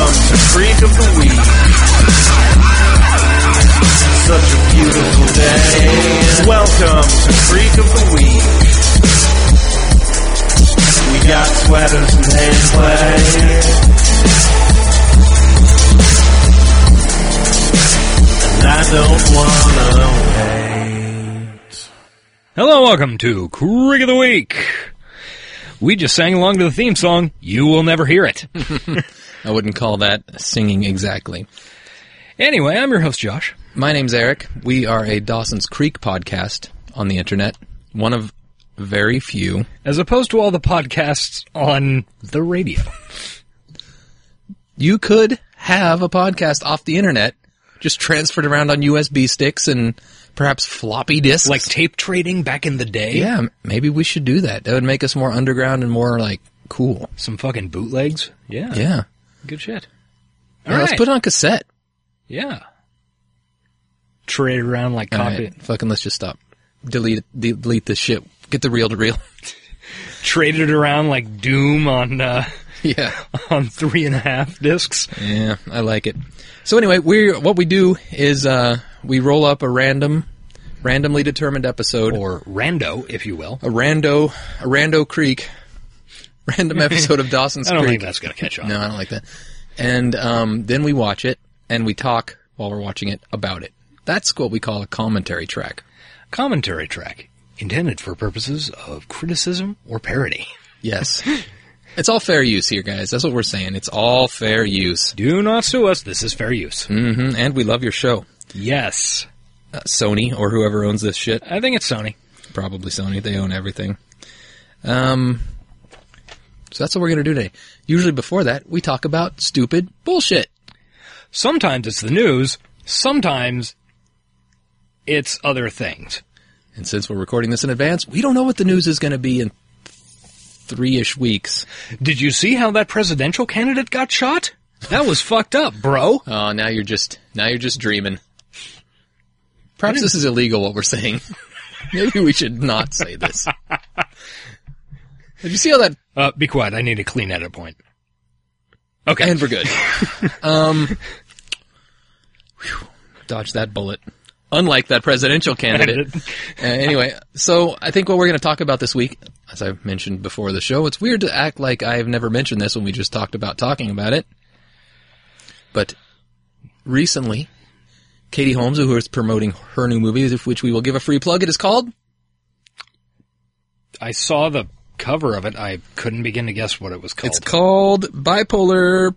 freak of the week. Such a beautiful day. Welcome to Freak of the Week. We got sweaters and hand play. And I don't wanna wait. Hello, welcome to Creek of the Week. We just sang along to the theme song. You will never hear it. I wouldn't call that singing exactly. anyway, I'm your host, Josh. My name's Eric. We are a Dawson's Creek podcast on the internet, one of very few. As opposed to all the podcasts on the radio. You could have a podcast off the internet, just transferred around on USB sticks and perhaps floppy disks. Like tape trading back in the day. yeah, m- maybe we should do that. That would make us more underground and more like cool. Some fucking bootlegs. Yeah. Yeah. Good shit. All Yeah, Let's right. put it on cassette. Yeah. Trade around like All copy. right, fucking let's just stop. Delete it- de- delete this shit. Get the reel to reel. Trade it around like Doom on, uh, yeah. on three and a half discs. Yeah, I like it. So anyway, we what we do is uh, we roll up a random, randomly determined episode, Or rando, if you will. a rando, a rando creek, random episode of Dawson's I don't Creek. think that's going to catch on. no, I don't like that. And um, then we watch it and we talk while we're watching it about it. That's what we call a commentary track. Commentary track. Intended for purposes of criticism or parody. Yes. It's all fair use here, guys. That's what we're saying. It's all fair use. Do not sue us. This is fair use. hmm And we love your show. Yes. Uh, Sony or whoever owns this shit. I think it's Sony. Probably Sony. They own everything. Um, so that's what we're going to do today. Usually before that, we talk about stupid bullshit. Sometimes it's the news. Sometimes it's other things. And since we're recording this in advance, we don't know what the news is going to be in three-ish weeks. Did you see how that presidential candidate got shot? That was fucked up, bro. Oh, now you're just, now you're just dreaming. Perhaps this is illegal what we're saying. Maybe we should not say this. Did you see how that, Uh, be quiet. I need a clean edit point. Okay. and we're good. um, whew, dodge that bullet. Unlike that presidential candidate. Uh, anyway, so I think what we're going to talk about this week, as I mentioned before the show, it's weird to act like I've never mentioned this when we just talked about talking about it. But recently, Katie Holmes, who is promoting her new movie, of which we will give a free plug, it is called I saw the cover of it. I couldn't begin to guess what it was called. It's called Bipolar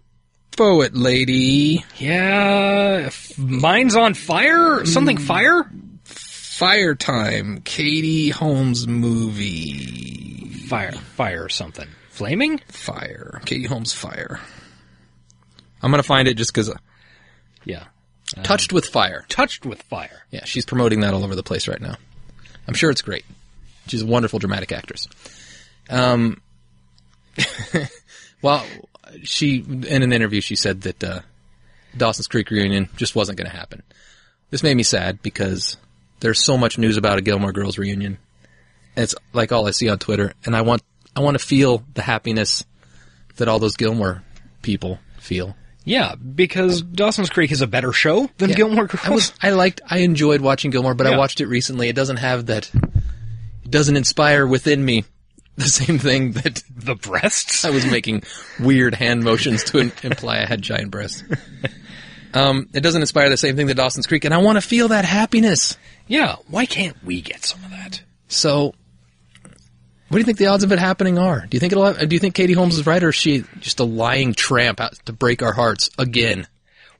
Poet Lady yeah. If mine's on fire? Something fire? Fire Time Katie Holmes movie Fire. Fire or something. Flaming? Fire Katie Holmes Fire. I'm gonna find it just because Yeah. touched with fire. Touched with fire. Yeah, she's promoting that all over the place right now. I'm sure it's great. She's a wonderful dramatic actress. Um, well, she in an interview she said that uh, Dawson's Creek reunion just wasn't going to happen. This made me sad because there's so much news about a Gilmore Girls reunion. And It's like all I see on Twitter, and I want I want to feel the happiness that all those Gilmore people feel. Yeah, because Dawson's Creek is a better show than Yeah. Gilmore Girls. I was I liked I enjoyed watching Gilmore, but Yeah. I watched it recently. It doesn't have that it doesn't inspire within me the same thing that the breasts. I was making weird hand motions to im- imply I had giant breasts. Um, it doesn't inspire the same thing that Dawson's Creek, and I want to feel that happiness. Yeah, why can't we get some of that? So, what do you think the odds of it happening are? Do you think it'll? Have, do you think Katie Holmes is right, or is she just a lying tramp out to break our hearts again?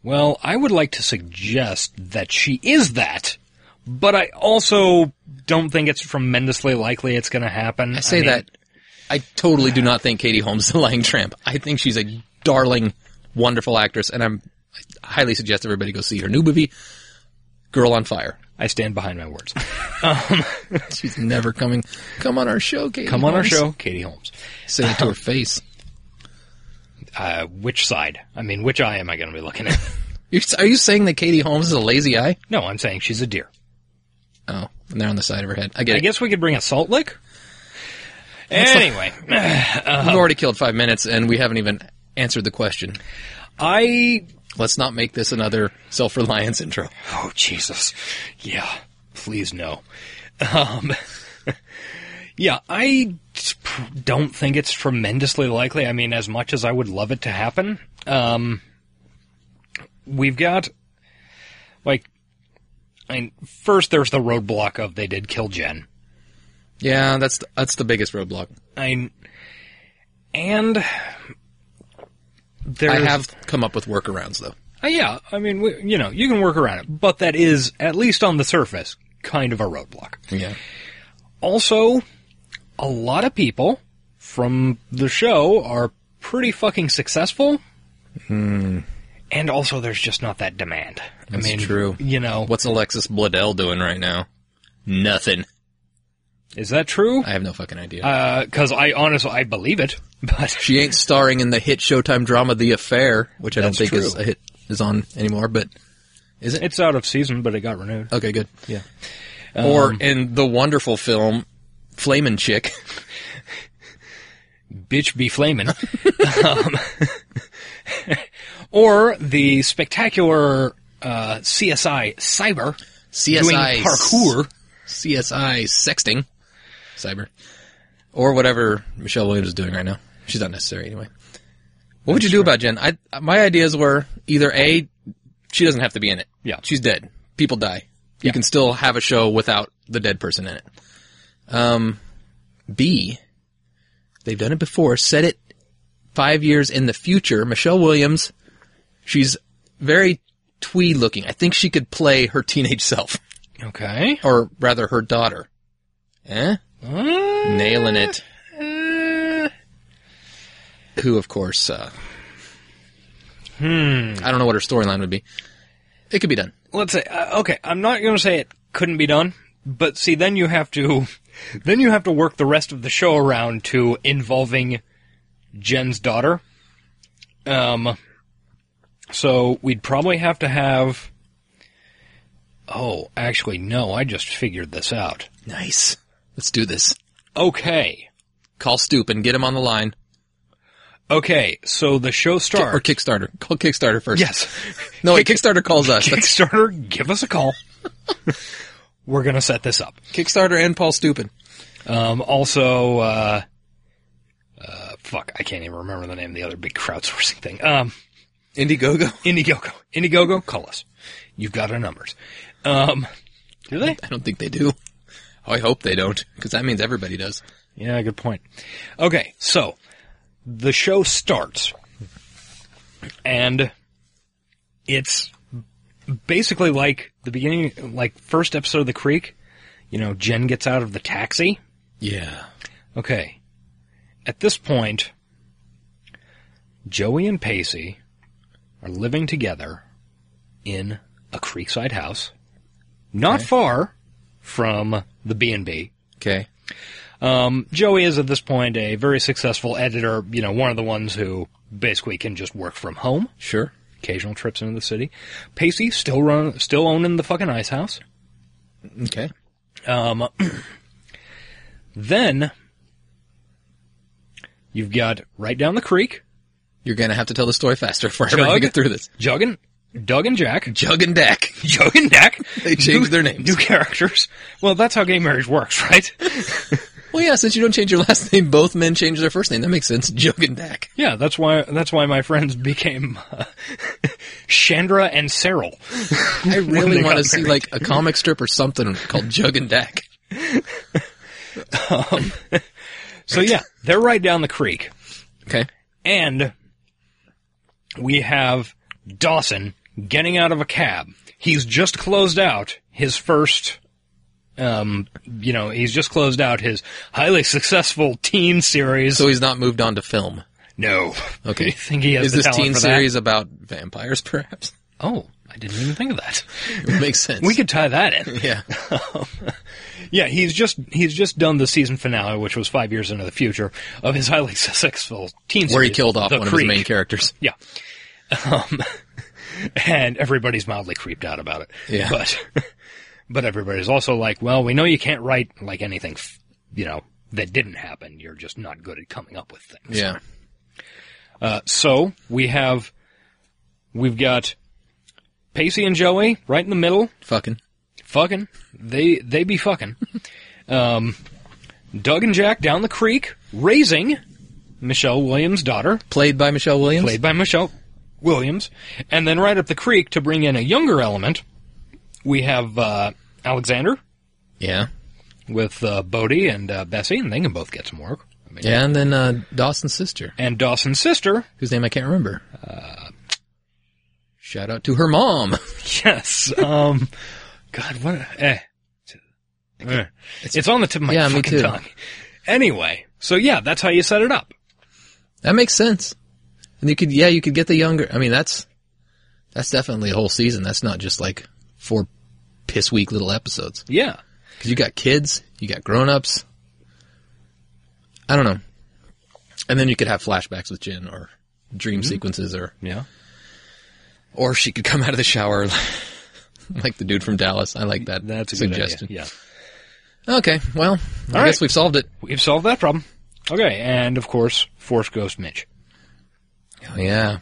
Well, I would like to suggest that she is that, but I also don't think it's tremendously likely it's going to happen. I say mean, that. I totally do not think Katie Holmes is a lying tramp. I think she's a darling, wonderful actress, and I'm I highly suggest everybody go see her new movie, Girl on Fire. I stand behind my words. She's never coming. Come on our show, Katie. Come on our Holmes. show, Katie Holmes. Say it to her face. Uh, which side? I mean, which eye am I going to be looking at? You're, are you saying that Katie Holmes is a lazy eye? no, I'm saying she's a deer. Oh, and they're on the side of her head. I get I it. guess we could bring a salt lick. Anyway, We've already killed five minutes, and we haven't even answered the question. I Let's not make this another self-reliance intro. Oh Jesus, yeah. Please no. Um, yeah, I don't think it's tremendously likely. I mean, as much as I would love it to happen, um, we've got like, I mean, first there's the roadblock of they did kill Jen. Yeah, that's the, that's the biggest roadblock. I mean, and there I have come up with workarounds though. Uh, yeah, I mean, we, you know, you can work around it, but that is, at least on the surface, kind of a roadblock. Yeah. Also, a lot of people from the show are pretty fucking successful. And also, there's just not that demand. That's Hmm. I mean, true. You know, What's Alexis Bledel doing right now? Nothing. is that true? I have no fucking idea. Uh, Because I honestly, I believe it, but she ain't starring in the hit Showtime drama The Affair, which I don't That's think is true. a hit is on anymore, but is it? it's out of season. But it got renewed. Okay, good. Yeah. or Um, in the wonderful film Flamin' Chick. Bitch, be flamin'. um, or the spectacular uh, CSI Cyber CSI doing parkour. CSI sexting, cyber, or whatever Michelle Williams is doing right now. She's not necessary anyway. What would you do about Jen? I my ideas were either a she doesn't have to be in it. Yeah. she's dead. People die. You can still have a show without the dead person in it. Um, B, they've done it before. Set it five years in the future. Michelle Williams, she's very twee looking. I think she could play her teenage self Okay. or rather her daughter. Eh? Uh, Nailing it. uh, Who, of course, uh, hmm. I don't know what her storyline would be. It could be done. let's say uh, okay i'm not going to say it couldn't be done but see then you have to then you have to work the rest of the show around to involving jen's daughter um so we'd probably have to have oh actually no i just figured this out Nice. Let's do this. okay Call Stoop and get him on the line. okay so the show starts Or Kickstarter. Call Kickstarter first. yes No, wait, Kickstarter calls us. That's kickstarter give us a call we're going to set this up Kickstarter and Paul Stupin. Um, also, uh, uh, fuck, I can't even remember the name of the other big crowdsourcing thing. Um, Indiegogo. Indiegogo. Indiegogo, call us. You've got our numbers. Um, do they? I don't think they do. Oh, I hope they don't, because that means everybody does. Yeah, good point. Okay, so the show starts, and it's basically like the beginning, like first episode of The Creek. You know, Jen gets out of the taxi. Yeah. Okay. At this point, Joey and Pacey are living together in a creekside house, not far from the B&B. Okay. Um, Joey is at this point a very successful editor, you know, one of the ones who basically can just work from home, Sure. occasional trips into the city. Pacey still run, still owning the fucking ice house. Okay. Um, then you've got right down the creek, You're gonna have to tell the story faster before I Jug? get through this. Jug and Doug and Jack, Jug and Dak. Jug and Dak. They changed New- their names. New characters. Well, that's how gay marriage works, right? Well, yeah, since you don't change your last name, both men change their first name. That makes sense. Jogendak. yeah, that's why. That's why my friends became uh, Chandra and Cyril. I really they want to got see married. like a comic strip or something called Jogendak. So yeah, they're right down the creek, Okay. and we have Dawson getting out of a cab. He's just closed out his first. Um, you know, he's just closed out his highly successful teen series. So he's not moved on to film. no, Okay. I think he has Is the this talent teen for that. series about vampires, perhaps? Oh, I didn't even think of that. It makes sense. We could tie that in. Yeah. Yeah, he's just he's just done the season finale, which was five years into the future of his highly successful teen Where he series, killed off The one one Creek. of his main characters. Yeah, um, and everybody's mildly creeped out about it. Yeah. but but everybody's also like, well, we know you can't write like anything, f- you know, that didn't happen. You're just not good at coming up with things. Yeah. Uh, so we have We've got Pacey and Joey right in the middle, Fucking. fucking. They they be fucking. um, Doug and Jack down the creek, raising Michelle Williams' daughter, Played by Michelle Williams. played by Michelle Williams, and then right up the creek to bring in a younger element. We have uh, Alexander Yeah. with uh, Bodie and uh, Bessie, and they can both get some work. I mean, Yeah, and then uh, Dawson's sister, And Dawson's sister, whose name I can't remember. Uh, shout out to her mom. Yes. Um. God, what? Eh. Eh. It's, on the tip of my Yeah, me fucking too. tongue. Anyway, so yeah, that's how you set it up. that makes sense. And you could, yeah, you could get the younger. I mean, that's that's definitely a whole season. That's not just like four piss weak little episodes. Yeah. Because you got kids, you got grown ups. I don't know. And then you could have flashbacks with Jin or dream Mm-hmm. sequences or Yeah. or she could come out of the shower like the dude from Dallas. I like that That's a good suggestion. idea. Yeah. Okay, well, I All guess right. we've solved it. We've solved that problem. Okay, and of course, Force Ghost Mitch Oh yeah.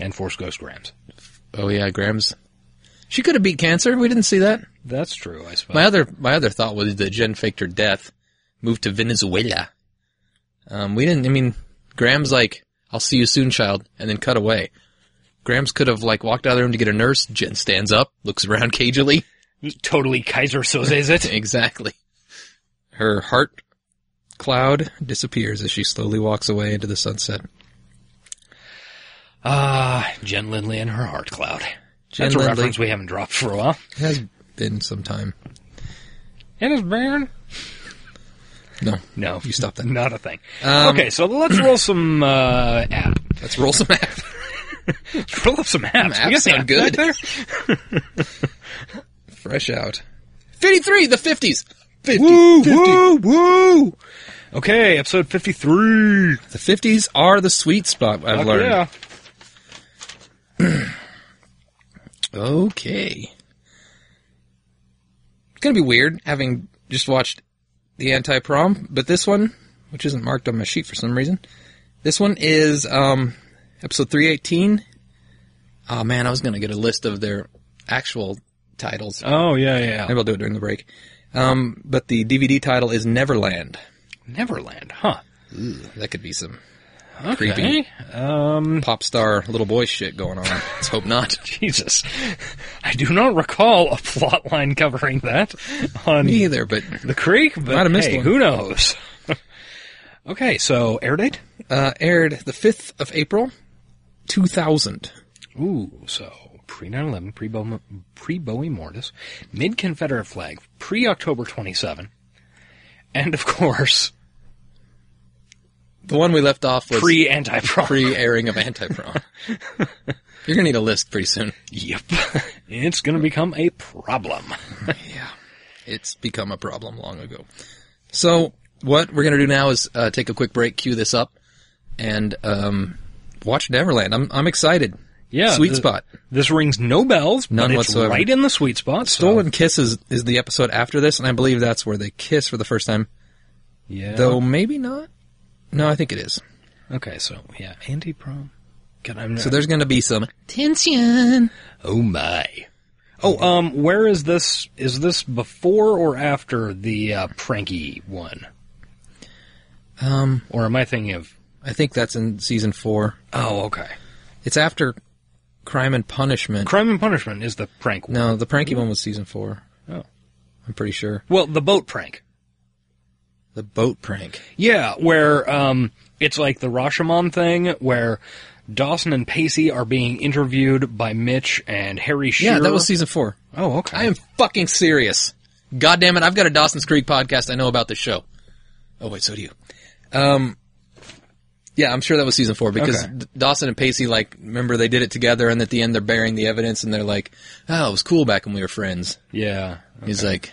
and Force Ghost Grams. Oh yeah, Graham's. She could have beat cancer. We didn't see that. That's true, I suppose. My other my other thought was that Jen faked her death, moved to Venezuela. Um, we didn't. I mean, Graham's like, "I'll see you soon, child," and then cut away. Graham's could have like walked out of the room to get a nurse. Jen stands up, looks around cagily. totally Kaiser Soze is it? Exactly. Her heart cloud disappears as she slowly walks away into the sunset. Ah, Jen Lindley and her heart cloud. Jen that's a Lindley. reference we haven't dropped for a while. It has been some time. It is Baron. No, No, you stop that. Not a thing. Um, okay, so let's roll some uh, app. Let's roll some app. Roll up some apps. Apps We got the sound app good. back Fresh out. Fifty-three, the fifties. 50, Woo, 50. woo, woo. Okay, episode 53. The fifties are the sweet spot. I've Fuck learned. Yeah. Okay. It's gonna be weird having just watched the anti-prom, but this one, which isn't marked on my sheet for some reason, this one is um, episode three eighteen. Oh man, I was gonna get a list of their actual titles. Oh, yeah, yeah. yeah. Maybe I'll do it during the break. Um, but the DVD title is Neverland. Neverland, huh? That could be some Okay. Creepy. Um, pop star little boy shit going on. Let's hope not. Jesus. I do not recall a plot line covering that on Me either, but the creek, but Might have missed hey, one. who knows? okay, so air date? uh, aired the 5th of April, 2000. Ooh, so pre 9 11, pre Bowie Mortis, mid Confederate flag, pre October 27, and of course, The one we left off was pre anti prom. pre airing of anti prom. You're going to need a list pretty soon. Yep. It's going to become a problem. It's become a problem long ago. So, what we're going to do now is uh, take a quick break, cue this up, and um, watch Neverland. I'm, I'm excited. Yeah. Sweet th- spot. This rings no bells, but None it's whatsoever. right in the sweet spot. so- Stolen Kiss is, is the episode after this, and I believe that's where they kiss for the first time. Yeah. Though maybe not. No, I think it is. okay, so, yeah, anti prom. God, I'm So not- there's going to be some tension. oh my. Oh, um, where is this? Is this before or after the uh, pranky one? Um, Or am I thinking of. I think that's in season four. Oh, okay. It's after Crime and Punishment. Crime and Punishment is the prank one. no, the pranky one was season four. Oh. I'm pretty sure. Well, the boat prank. The boat prank. Yeah, where um, it's like the Rashomon thing, where Dawson and Pacey are being interviewed by Mitch and Harry Shearer. Yeah, that was season four. Oh, okay. I am fucking serious. God damn it! I've got a Dawson's Creek podcast. I know about this show. Oh wait, so do you. Um, yeah, I'm sure that was season four because Okay. D- Dawson and Pacey like remember they did it together, and at the end they're bearing the evidence, and they're like, "Oh, it was cool back when we were friends." yeah, He's like,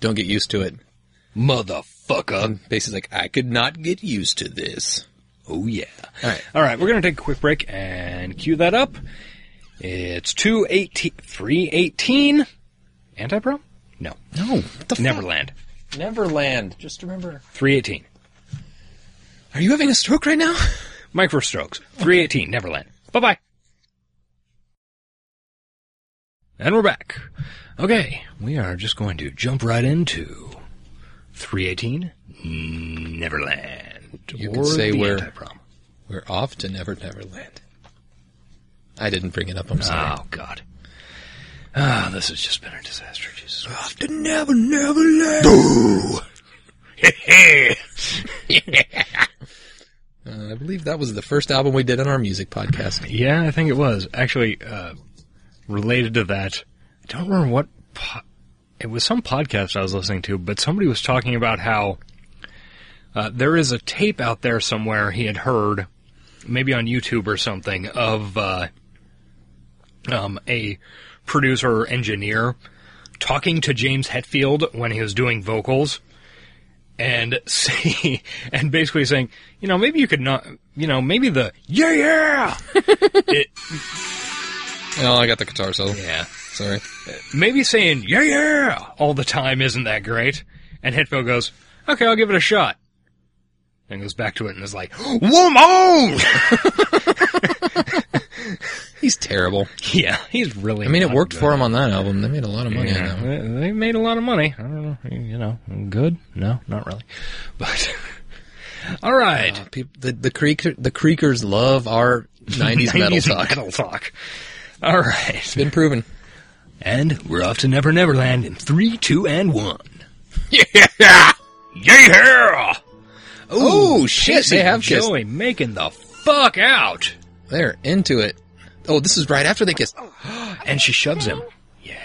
"Don't get used to it." motherfucker. Basically, like I could not get used to this. Oh yeah. All right. All right, we're gonna take a quick break and cue that up. It's two eighteen, three eighteen. Anti pro? No, No, what the Neverland. fuck? Neverland. Just remember. Three eighteen. Are you having a stroke right now? Microstrokes. Three eighteen. Neverland. Bye bye. And we're back. Okay, we are just going to jump right into 318 Neverland. You or can say the we're- Anti-Prom. We're off to Never Never Land. I didn't bring it up. I'm sorry. Oh, God. Ah, this has just been a disaster, Jesus. off to Never Never Land. uh, I believe that was the first album we did on our music podcast. Yeah, I think it was. Actually, uh, related to that, I don't remember what po- it was some podcast I was listening to, but somebody was talking about how uh, there is a tape out there somewhere he had heard, maybe on YouTube or something, of uh, um, a producer or engineer talking to James Hetfield when he was doing vocals and see and basically saying, you know, maybe you could not, you know, maybe the yeah yeah Oh, I got the guitar solo. Yeah. Sorry. Maybe saying, yeah, yeah, all the time isn't that great. And Hetfield goes, okay, I'll give it a shot. And goes back to it and is like, woman! He's terrible. yeah, he's really. I mean, it worked for him on that album. They made a lot of money on that one. They they made a lot of money. I don't know, you know, good? No, not really. But, all right. Uh, peop the the creaker the creakers love our 90s, metal 90s talk. metal talk. All right. Been proven. And we're off to Never Neverland in three, two, and one. Yeah. Yeah! Oh, shit, Pacey they have and Joey Joey making the fuck out. They're into it. Oh, this is right after they kiss. Oh, And she shoves him. Yeah.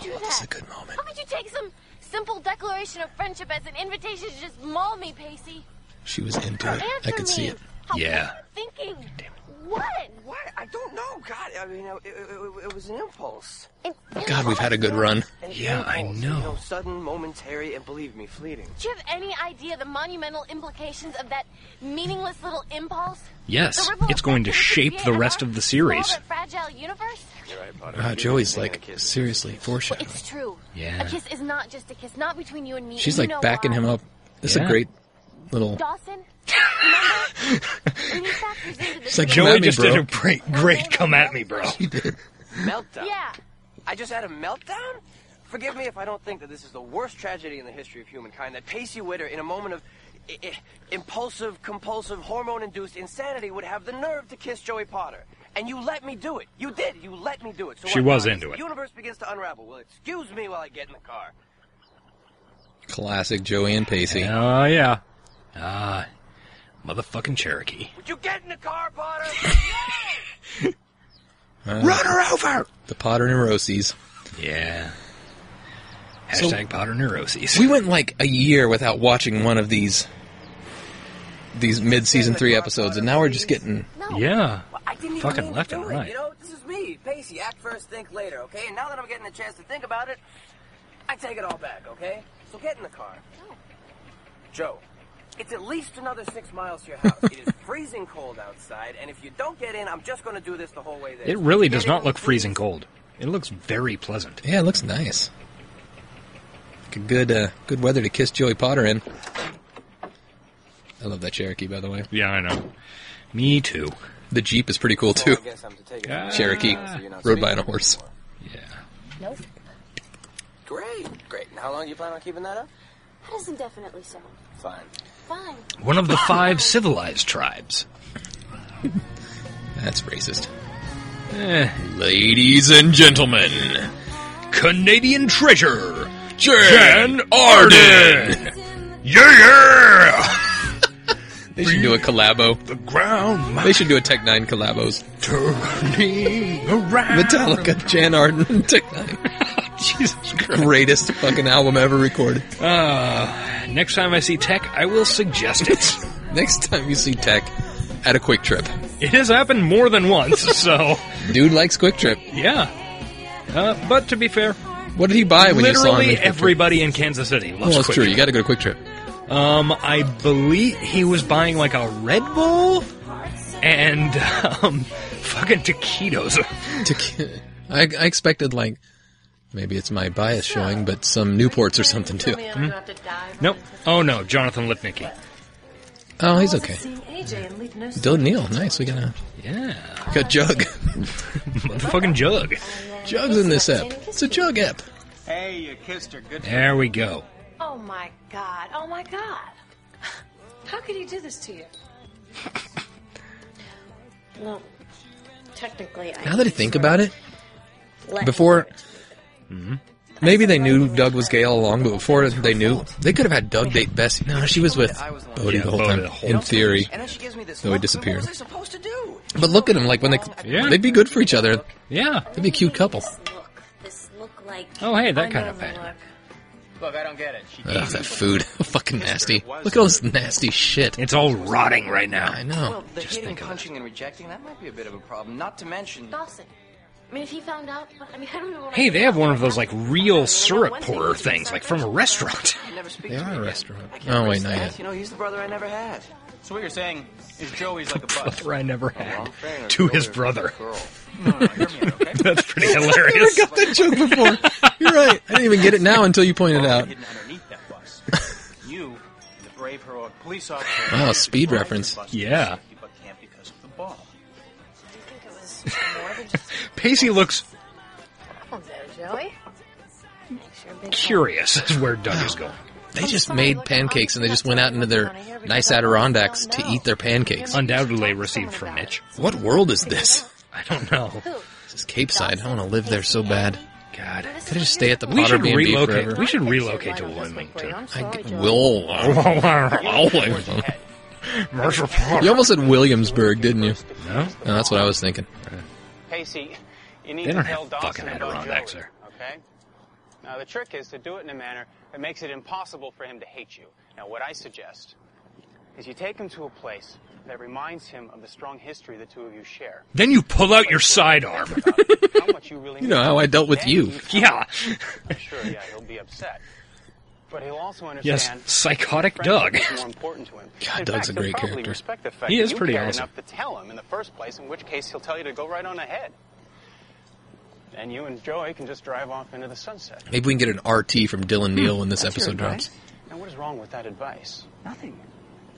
do this is that? a good moment. How would you take some simple declaration of friendship as an invitation to just maul me, Pacey? She was into it. Answer I could me. see it. How Yeah. were you Thinking. What? What? I don't know. God, I mean, it, it, it was an impulse. An God, we've had a good run. An Yeah, I impulse, know. You know. Sudden, momentary, and believe me, fleeting. Do you have any idea the monumental implications of that meaningless little impulse? Yes, The ripple it's going to effect it could shape the create rest on our of the series. small but fragile universe? Uh, Joey's like seriously foreshadowing. It's true. Yeah. A kiss is not just a kiss, not between you and me. She's and you like know backing why. him up. This is Yeah. a great little. Dawson, remember? when he factors into this like game- Come Joey at me, just bro. did a great, great come at me, bro. Meltdown. Yeah. I just had a meltdown? Forgive me if I don't think that this is the worst tragedy in the history of humankind. That Pacey Witter, in a moment of I- I- impulsive, compulsive, hormone induced insanity, would have the nerve to kiss Joey Potter. And you let me do it. You did. You let me do it. So She what was now? into The it. universe begins to unravel. Well, excuse me while I get in the car. Classic Joey and Pacey. Oh, yeah. Ah, motherfucking Cherokee. Would you get in the car, Potter? Run her over! The Potter neuroses. Yeah. So- Hashtag Potter neuroses. We went like a year without watching one of these these mid-season three episodes, and now we're just getting No. yeah. Well, I didn't even Fucking mean to left do and it, right. You know, this is me, Pacey. Act first, think later. Okay. And now that I'm getting a chance to think about it, I take it all back. Okay. So get in the car, Joe. It's at least another six miles to your house. it is freezing cold outside, and if you don't get in, I'm just going to do this the whole way there. It really Get does in, not look please. freezing cold. It looks very pleasant. Yeah, it looks nice. Like a good, uh, good weather to kiss Joey Potter in. I love that Cherokee, by the way. Yeah, I know. Me too. The Jeep is pretty cool too. Well, I guess I'm to take it. Ah. Cherokee So you're not rode by on a speaking horse. anymore. Yeah. Great, great. And how long do you plan on keeping that up? That is indefinitely so. Fine. Fine. One of the five civilized tribes. That's racist, Eh. ladies and gentlemen. Canadian treasure, Jan Arden. Yeah, They should do a collabo. the ground They should do a Tech Nine collabos. turning around. Metallica, Jan Arden, and Tech Nine. Jesus Christ. Greatest fucking album ever recorded. Next time I see tech, I will suggest it. Next time you see Tech, at a Quick Trip. it has happened more than once, so Dude likes Quick Trip. yeah. Uh, but to be fair, What did he buy when you saw him? literally in Quick Trip? everybody in Kansas City loves Well, that's Quick true. You Trip. got to go to Quick Trip. Um, I believe he was buying like a Red Bull and um, fucking taquitos. to, I, I expected like maybe it's my bias showing, but some Newports or something too. Nope. Oh no, Jonathan Lipnicki. Oh, he's okay. Dylan Dylan Neal, nice. We got a Yeah, got Jug. motherfucking jug. Jug's in this app. It's a Jug app. Hey, you kissed her. Good. There we go. Oh my god. Oh my god. How could he do this to you? Well, technically, I Now that I think about it, let before. Mm-hmm. Maybe they knew Doug was gay all along, but before they knew, they could have had Doug date Bessie. No, she was with Bodie Yeah, the whole Bodie time, the whole in time. theory. And then she gives me this. No, he look. I mean, disappeared. What was I supposed to do? But look at them, like when they, Yeah. they'd be good for each other. Yeah. They'd be a cute couple. This look, this look like Oh, hey, that I kind know of the thing. look. Look, I don't get it. She Ugh, that food, fucking nasty. Look at all this nasty shit. It's all rotting right now. I know. Well, the Just hitting, think of it. punching, and rejecting—that might be a bit of a problem. Not to mention, Dawson. I mean, if he found out, I mean, I don't even want Hey, they have one of those like real syrup pourer things, like from a restaurant. I never speak They to me are a again. restaurant. I can't Oh wait, risk not that. yet. You know, he's the brother I never had. So what you're saying is Joey's like a bus. Brother I never had Wrong thing, or to his or brother. girl. no, no, hear me out, okay? That's pretty hilarious. got that joke before. You're right. I didn't even get it now until you pointed out. Hidden underneath that bus. You, the brave heroic police officer. Wow, who speed drives the reference. bus to Yeah. safety But can't because of the ball. Do you think it was more than just Pacey looks apples there, Joey? Make sure big curious as where Doug is going. They just made pancakes and they just went out into their nice Adirondacks to eat their pancakes. Undoubtedly received from Mitch. What world is this? I don't know. Who? This is Cape Side. I want to live there so bad. God. Could I just stay at the We Potter should B&B relocate. forever? We should relocate to Wilmington. I g- will. Always. You almost said Williamsburg, didn't you? No? No, that's what I was thinking. Pacey, you need They to don't tell have fucking Dawson about Joey, Adirondacks there. okay? Now, the trick is to do it in a manner that makes it impossible for him to hate you. Now, what I suggest is you take him to a place that reminds him of the strong history the two of you share. Then you pull out your sidearm. How much you really You know how I dealt with Then you. tell Yeah. him. Sure, yeah, he'll be upset. But he'll also Yes, understand. psychotic friendship Doug. is more important to him. God, In Doug's a fact, he'll great probably character. Respect the fact He that is you pretty cared awesome. enough to tell him in the first place, in which case he'll tell you to go right on ahead. And you and Joey can just drive off into the sunset. Maybe we can get an RT from Dylan Neal when this That's your episode drops. advice? Now, what is wrong with that advice? Nothing.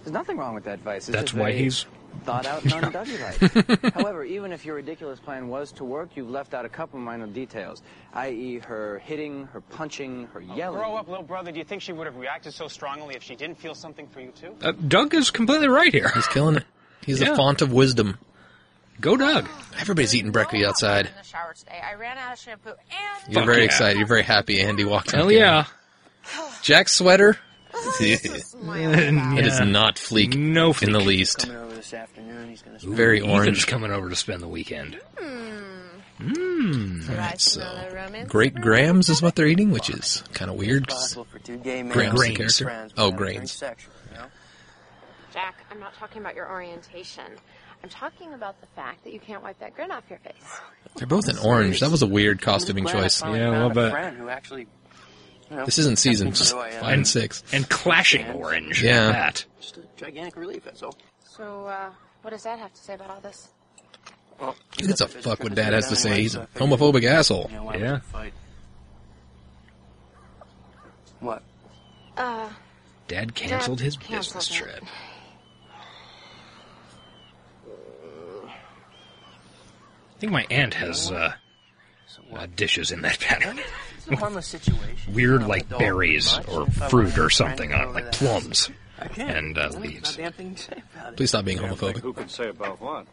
There's nothing wrong with that vice. It's That's just why very he's- thought out, non like However, even if your ridiculous plan was to work, you've left out a couple minor details, i.e., her hitting, her punching, her Oh, yelling. Grow up, little brother. Do you think she would have reacted so strongly if she didn't feel something for you too? Uh, Doug is completely right here. He's killing it. He's Yeah. a font of wisdom. Go Doug. Everybody's eating breakfast outside. In the shower today, I ran out of shampoo and You're Fuck very yeah. excited. You're very happy. Andy walked in. Hell yeah. Jack's sweater. Oh, smile. It is not fleek No in the fleek. least. Coming over this afternoon, he's gonna spend Very Orange orange. coming over to spend the weekend. Great grams is what they're eating, which is kind of weird. 'cause responsible for two gay men. Grams, the Grains. character. Friends, Oh, but very grains. Sexual, you know? Jack, I'm not talking about your orientation. I'm talking about the fact that you can't wipe that grin off your face. They're both in orange. That was a weird I'm costuming glad I choice. finally Yeah, a found little bit. friend who actually, you know, This isn't season that's who I am. five and six. And clashing orange. Yeah. That. uh, Just a gigantic relief. That's all. So, uh, what does that have to say about all this? Well, He gets a fuck what dad has to say. He's a homophobe. homophobic asshole. You know, why would Yeah. you fight? What? Dad canceled Dad his canceled business it. trip. I think my aunt has uh, uh, dishes in that pattern. It's a harmless situation. Weird, I'm like adult berries much, or and if I fruit wanted or a something friend on it, over like that- plums. I can't. and, uh, There's not leaves. a damn thing to say about it. Please stop being homophobic. Who can say about what?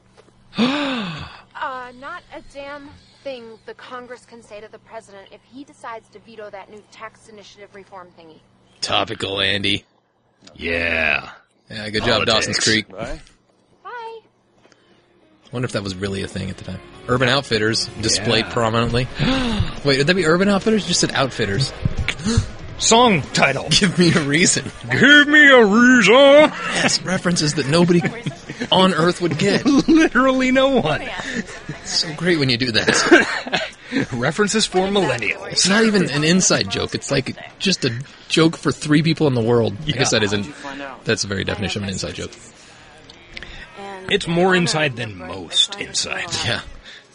Uh, not a damn thing the Congress can say to the president if he decides to veto that new tax initiative reform thingy. Topical, Andy. Yeah. Yeah, good job, Politics. Dawson's Creek. Right? Bye. Wonder if that was really a thing at the time. Urban Outfitters displayed Yeah. prominently. Wait, would that be Urban Outfitters? You Just said Outfitters. Song title. Give me a reason. Give me a reason. Yes, references that nobody on Earth would get. Literally no one. So great when you do that. References for millennials. It's not even an inside joke. It's like just a joke for three people in the world. I guess that isn't. Find out. That's the very definition of an inside joke. And It's more I'm inside gonna than have a break. most I find this insides. little, uh, Yeah.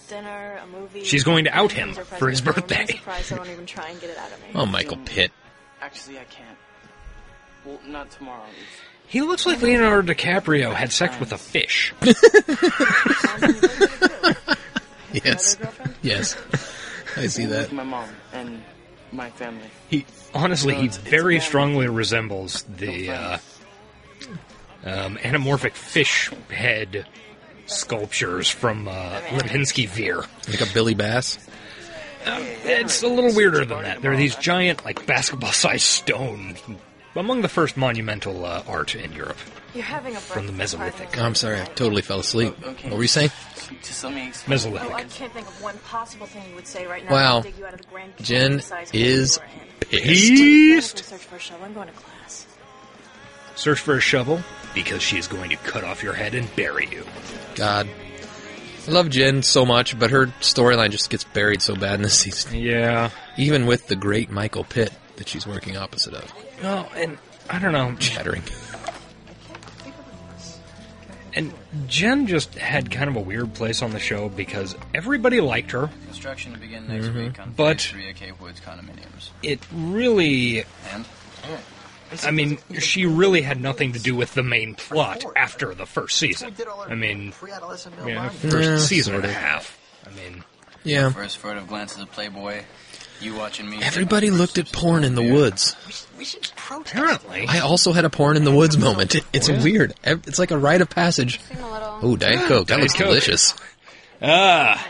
Dinner, a movie. She's going to out him Surprise for his me. I'm birthday. surprised I won't even try and get it out of me. Oh, Michael Pitt. Actually, I can't. Well, not tomorrow. He looks like Leonardo DiCaprio had sex with a fish. Um, Yes. Yes. I see that. With my mom and my family. He honestly, he very strongly resembles the uh, um, anamorphic fish head sculptures from uh, Lipinski Veer. Like a Billy Bass. It's a little weirder than that. There are these giant, like basketball-sized stones, among the first monumental uh, art in Europe. You're having a From the birthday party. Mesolithic. Oh, I'm sorry, I totally fell asleep. Okay. What were you saying? Just let me explain. Oh, I Mesolithic. can't think of one possible thing you would say right now. Wow. to Dig you out of the Grand Canyon Jen size hole is you were in. pissed. East. Medical Search for a shovel. I'm going to class. Search for a shovel because she is going to cut off your head and bury you. God. I love Jen so much, but her storyline just gets buried so bad in this season. Yeah. Even with the great Michael Pitt that she's working opposite of. Well, and I don't know. Chattering. And Jen just had kind of a weird place on the show because everybody liked her. Construction to begin next Mm-hmm. week on But- Phase 3 AK Woods condominiums. It really And I mean, she really had nothing to do with the main plot after the first season. I mean, yeah, first Yeah, season sorta. and a half. I mean, Yeah. first furtive glance at the Playboy, you watching me. Everybody looked at porn in the woods. apparently, I also had a porn in the woods moment. It's Oh, weird. Ev- It's like a rite of passage. Seem a little. Oh, Diet Coke. That Diet looks Coke. delicious. ah,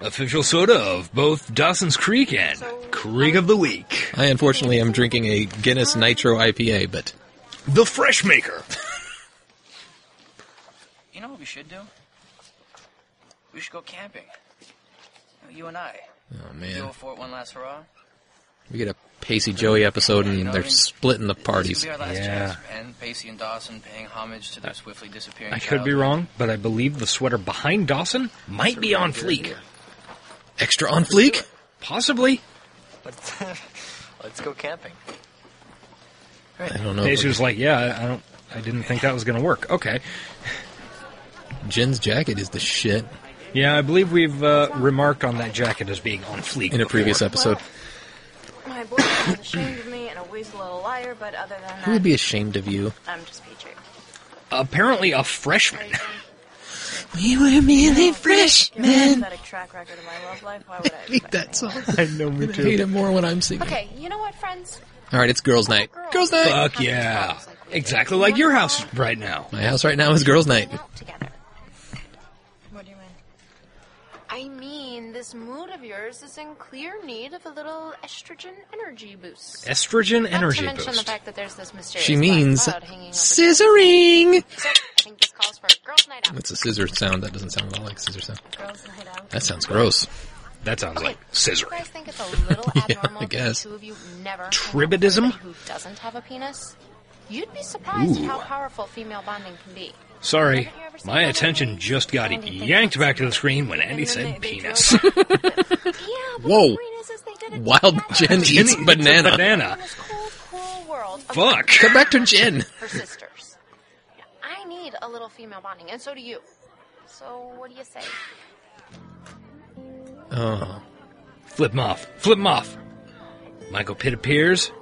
official soda of both Dawson's Creek and Creek of the Week, I unfortunately am drinking a Guinness Nitro IPA, but the Fresh Maker. You know what we should do? We should go camping. You and I. oh Go man, for it one last hurrah. we get a Pacey Joey episode and they're splitting the This parties. will be our last Yeah. chance. And Pacey and Dawson paying homage to their swiftly disappearing. I could be childhood. wrong, but I believe the sweater behind Dawson might be on fleek, Extra on fleek. possibly. Let's, let's go camping. I don't know. Daisy was like, "Yeah, I- I don't, I didn't think that was going to work." Okay, Jen's jacket is the shit yeah, I believe we've uh, remarked on that jacket as being on fleek in a before. previous episode. My boyfriend is ashamed of me and always a little liar, but other than Who would that, be ashamed of you? I'm just Patriot. Apparently, a freshman. We were merely Given my pathetic track record of my love life, why would I? Hate expect that song. anyone? I know me I hate it more when I'm singing. Okay, you know what, friends? All right, it's girls' night. Girls' night. Fuck yeah. Exactly like your house right now. My house right now is girls' night. Hang out together. What do you mean? I mean, this mood of yours is in clear need of a little estrogen energy boost. Estrogen energy Not to mention boost. the fact that there's this mysterious She black means cloud hanging over scissoring. So, I think this calls for a girls' night out. That's a scissor sound. That doesn't sound at all like scissor sound. Girls' night out. That sounds gross. That sounds like You scissoring. guys think it's a little abnormal I that guess. the two of you never hang out with Tribidism? somebody who doesn't have a penis? You'd be surprised at how powerful female bonding can be. Sorry, my attention just got yanked back to the screen when Andy said penis. Yeah, but Whoa. the point is, is they did it Wild together. Jen eats Jenny- banana. In Banana. this cold, cruel world of Fuck. Come back to Jen. her sisters. I need a little female bonding, and so do you. So what do you say? Oh, Flip him off. Flip him off. Michael Pitt appears.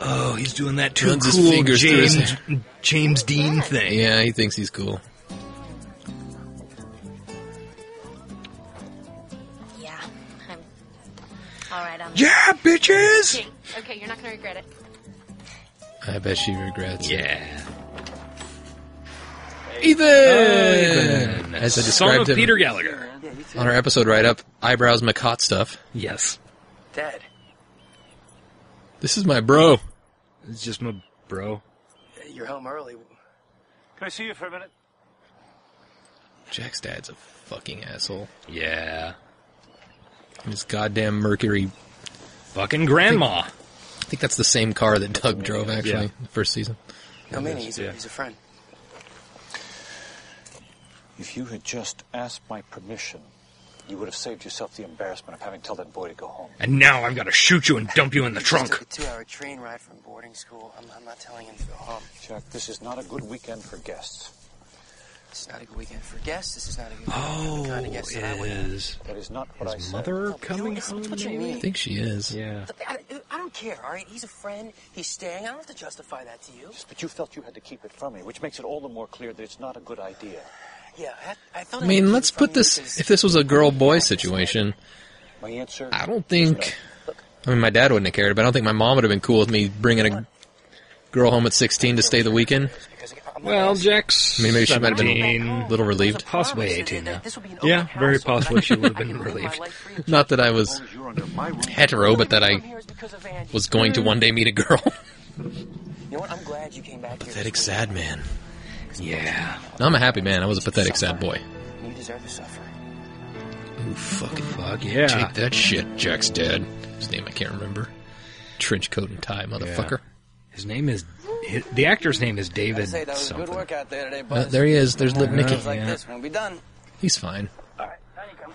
Oh, he's doing that too Runs his cool fingers through his James, James Dean thing. yeah, he thinks he's cool. Yeah. I'm... All right, I'm. Yeah, bitches! Okay, okay, you're not gonna regret it. I bet she regrets. it. Yeah. Ethan. Ethan. As I Son of described him Peter Gallagher. on our episode write up, eyebrows Macott stuff. Yes. Dad, This is my bro. It's just my bro. you're home early. Can I see you for a minute? Jack's dad's a fucking asshole. Yeah. And his goddamn Mercury. Fucking grandma. I think that's the same car that Doug drove actually Yeah. the first season. No, Minnie, he's, yeah. a, he's a friend. If you had just asked my permission, you would have saved yourself the embarrassment of having to tell that boy to go home. And now I've got to shoot you and dump you in the Just trunk. took a two-hour train ride from boarding school. I'm, I'm not telling him to go home. Jack, this is not a good weekend for guests. This is not a good weekend for guests. This is not a good weekend for Oh, the kind of guests that I would Oh, have. is That is not what his I said. mother coming it's home? what you maybe? mean. I think she is. Yeah. Look, I, I don't care, all right? He's a friend. He's staying. I don't have to justify that to you. Yes, But you felt you had to keep it from me, which makes it all the more clear that it's not a good idea. Yeah, I, I felt I mean, let's put this. If this was a girl boy situation, My answer. I don't is think. I mean, my dad wouldn't have cared, but I don't think my mom would have been cool with me bringing a girl home at 16 to stay the weekend. no, because I'm not Well, asking- Jack's. I mean, maybe she might have been 17. a little relieved. Possibly Promise, 18 that now. this will be an Yeah, open house, very so that I possibly can- she would have I can been live my relieved. life free of Not that I was As long as you're under my roof. hetero, but that charge. I'm I here is because of Andy. was going to one day meet a girl. You know what? I'm glad you came back here. Pathetic, this sad man. Yeah. No, I'm a happy man. I was a pathetic, sad boy. weekend. You deserve to suffer. Ooh, fucking fuck yeah. Take that shit, Jack's dad. His name I can't remember. Trench coat and tie, motherfucker. His name is. hi the actor's name is I David say that was a something. good workout there today, Uh, bud. there he is. There's Lip Nicky. Goes like Yeah. this. When we done. He's fine. All right. Now you come.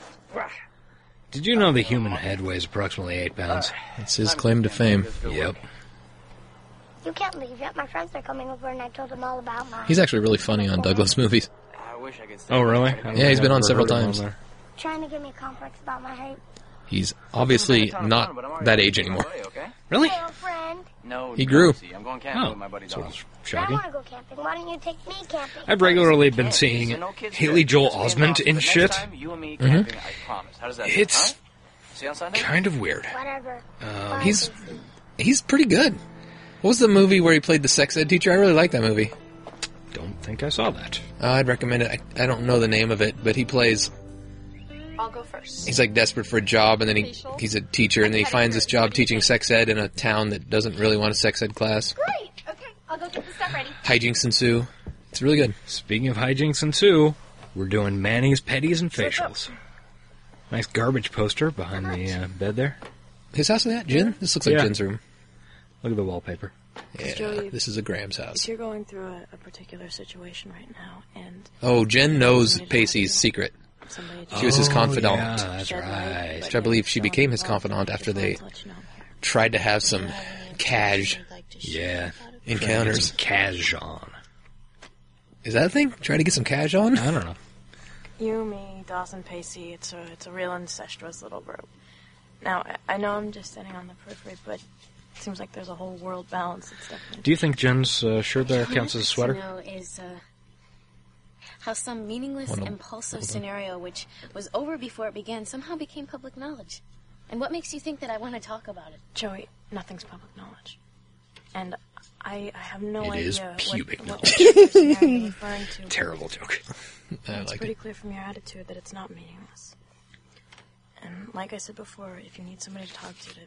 Did you know the human head weighs approximately eight pounds? It's his claim to fame. Yep. You can't leave yet. My friends are coming over, and I told them all about mine. He's actually really funny on Douglas movies. I wish I could. Stay Oh, really? Yeah, he's been on several times. trying to give me a complex about my height. He's obviously not that age anymore. Okay? Really? Hey, old friend. No. He grew. Nancy, I'm going camping Oh, with my buddy sort Donald. of But I shocking. want to go camping. Why don't you take me camping? I've regularly been Kids, seeing no kids Haley trip. Joel Just me and Osment Bob. in The next shit. time you and me Mm-hmm. camping, I promise. How does that sound, It's huh? See you on Sunday? kind of weird. Whatever. Bye, Oh, he's- Casey. He's pretty good. What was the movie where he played the sex ed teacher? I really like that movie. Don't think I saw that. Uh, I'd recommend it. I, I don't know the name of it, but he plays. I'll go first. He's like desperate for a job, and then he he's a teacher, and then he finds this job teaching sex ed in a town that doesn't really want a sex ed class. Great. Okay, I'll go get the stuff ready. Hijinks ensue. It's really good. Speaking of hijinks and Sue, we're doing Manny's Petties and Facials. Nice garbage poster behind the uh, bed there. His house is that Jen? This looks like Yeah. Jen's room. Look at the wallpaper. Yeah, Joey- this is a Graham's house. You're going through a, a particular situation right now, and Oh, Jen knows Pacey's secret, somebody She was his Oh, confidant. Yeah, that's shed light, right. but which I believe she don't became his involve confidant me. after Just wanted they to let you know I'm here. tried to have some Do you have any cash information you'd like to share Yeah. about it? encounters. Cash on. Is that a thing? Trying to get some cash on? I don't know. You, me, Dawson, Pacey. It's a it's a real incestuous little group. Now I, I know I'm just standing on the periphery, but it seems like there's a whole world balance. It's definitely. Do you think Jen's uh, shirt there counts as a sweater? know is uh, how some meaningless, Hold on. impulsive scenario, which was over before it began, somehow became public knowledge. And what makes you think that I want to talk about it? Joey, nothing's public knowledge. And I, I have no It idea is what- pubic what, scenario you're referring to. but Terrible joke. I It's like pretty it. clear from your attitude that it's not meaningless. And like I said before, if you need somebody to talk to to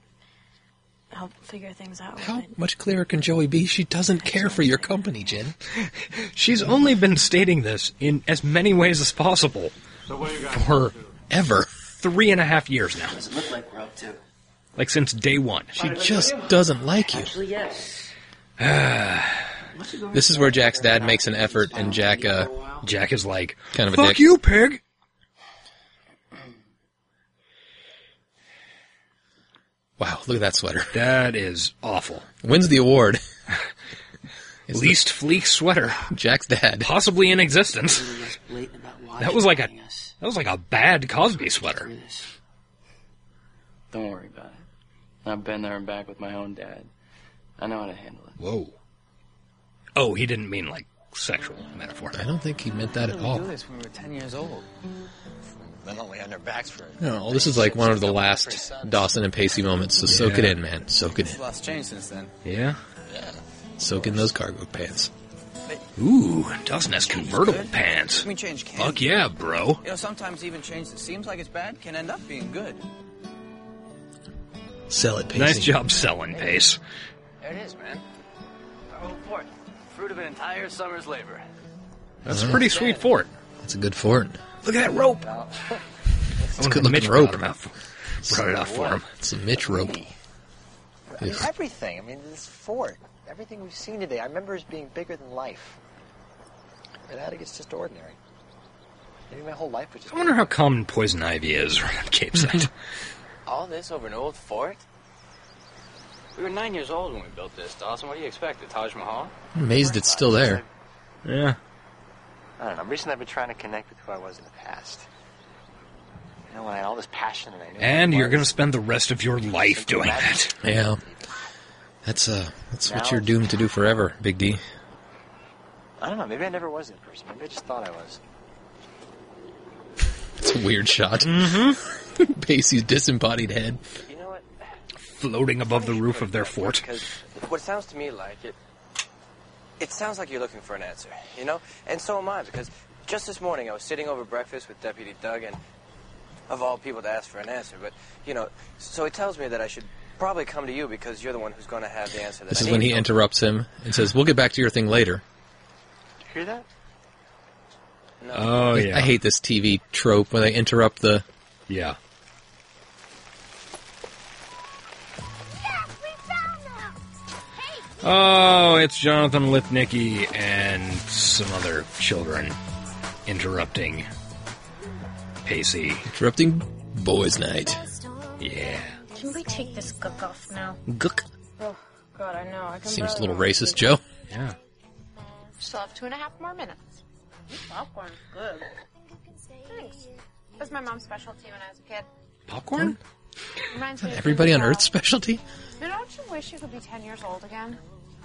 help figure things out, with How it, much clearer can Joey be? She doesn't care for your company, Jen. She's only been stating this in as many ways as possible for Ever. three and a half years now. Does it look like we're up to? Like since day one. She just doesn't like you. Actually, yes. This is where Jack's dad makes an effort, and Jack, uh, Jack is like, Kind of a fuck dick." you, pig. wow, look at that sweater. That is awful. Wins the award. Is Least fleek sweater Jack's dad. possibly in existence. That That was like a that was like a bad Cosby sweater. Don't worry about it. I've been there and back with my own dad. I know how to handle it. Whoa. Oh, he didn't mean like sexual metaphor. I don't think he meant that at all. this when we were 10 years old. mentally on their backs for it. No, this is like one of the last Dawson and Pacey moments, so soak it in, man. Soak it in. It's lots changed since then. Yeah. Soak in those cargo pants. Ooh, Dustin has convertible pants. I mean, change can. Fuck yeah, bro. You know, sometimes even change that seems like it's bad can end up being good. Sell it, Pacey. Nice job selling, Pace. There it is, man. Our whole port, fruit of an entire summer's labor. That's a pretty sweet fort. That's a good fort. Look at that rope. I wonder good if looking Mitch rope. Brought, him out, brought it out for him. It's a Mitch rope. I mean, Ugh. everything. I mean, this fort, everything we've seen today, I remember as being bigger than life. And I think it's just ordinary. Maybe my whole life was just. I wonder how common poison ivy is around Cape Side. All this over an old fort? We were nine years old when we built this, Dawson. What do you expect, the Taj Mahal? I'm amazed it's still there. yeah. I don't know. Recently, I've been trying to connect with who I was in the past. You know, when I had all this passion and I knew. And who I you're going to was, spend the rest of your life doing that. Yeah. That's uh that's what you're doomed to do forever, Big D. I don't know. Maybe I never was that person. Maybe I just thought I was. It's a weird shot. Mm-hmm. Pacey's disembodied head You know what? floating above the roof of their fort. Because what it sounds to me like it, it sounds like you're looking for an answer, you know? And so am I, because just this morning I was sitting over breakfast with Deputy Doug, and of all people to ask for an answer, but you know, so it tells me that I should probably come to you because you're the one who's going to have the answer. That This I is when need. he interrupts him and says, "We'll get back to your thing later." Hear that? Oh I- yeah. I hate this TV trope when they interrupt the. Yeah. Oh, it's Jonathan Lithnicki and some other children interrupting Pacey. Interrupting boys' night. Yeah. Can we take this gook off now? Gook. Oh, God, I know. I can Seems a little racist, Joe. Yeah. Still have two and a half more minutes. Popcorn's good. Thanks. That was my mom's specialty when I was a kid. Popcorn? Reminds me of Everybody on being a Earth's child. specialty? You know, don't you wish you could be 10 years old again?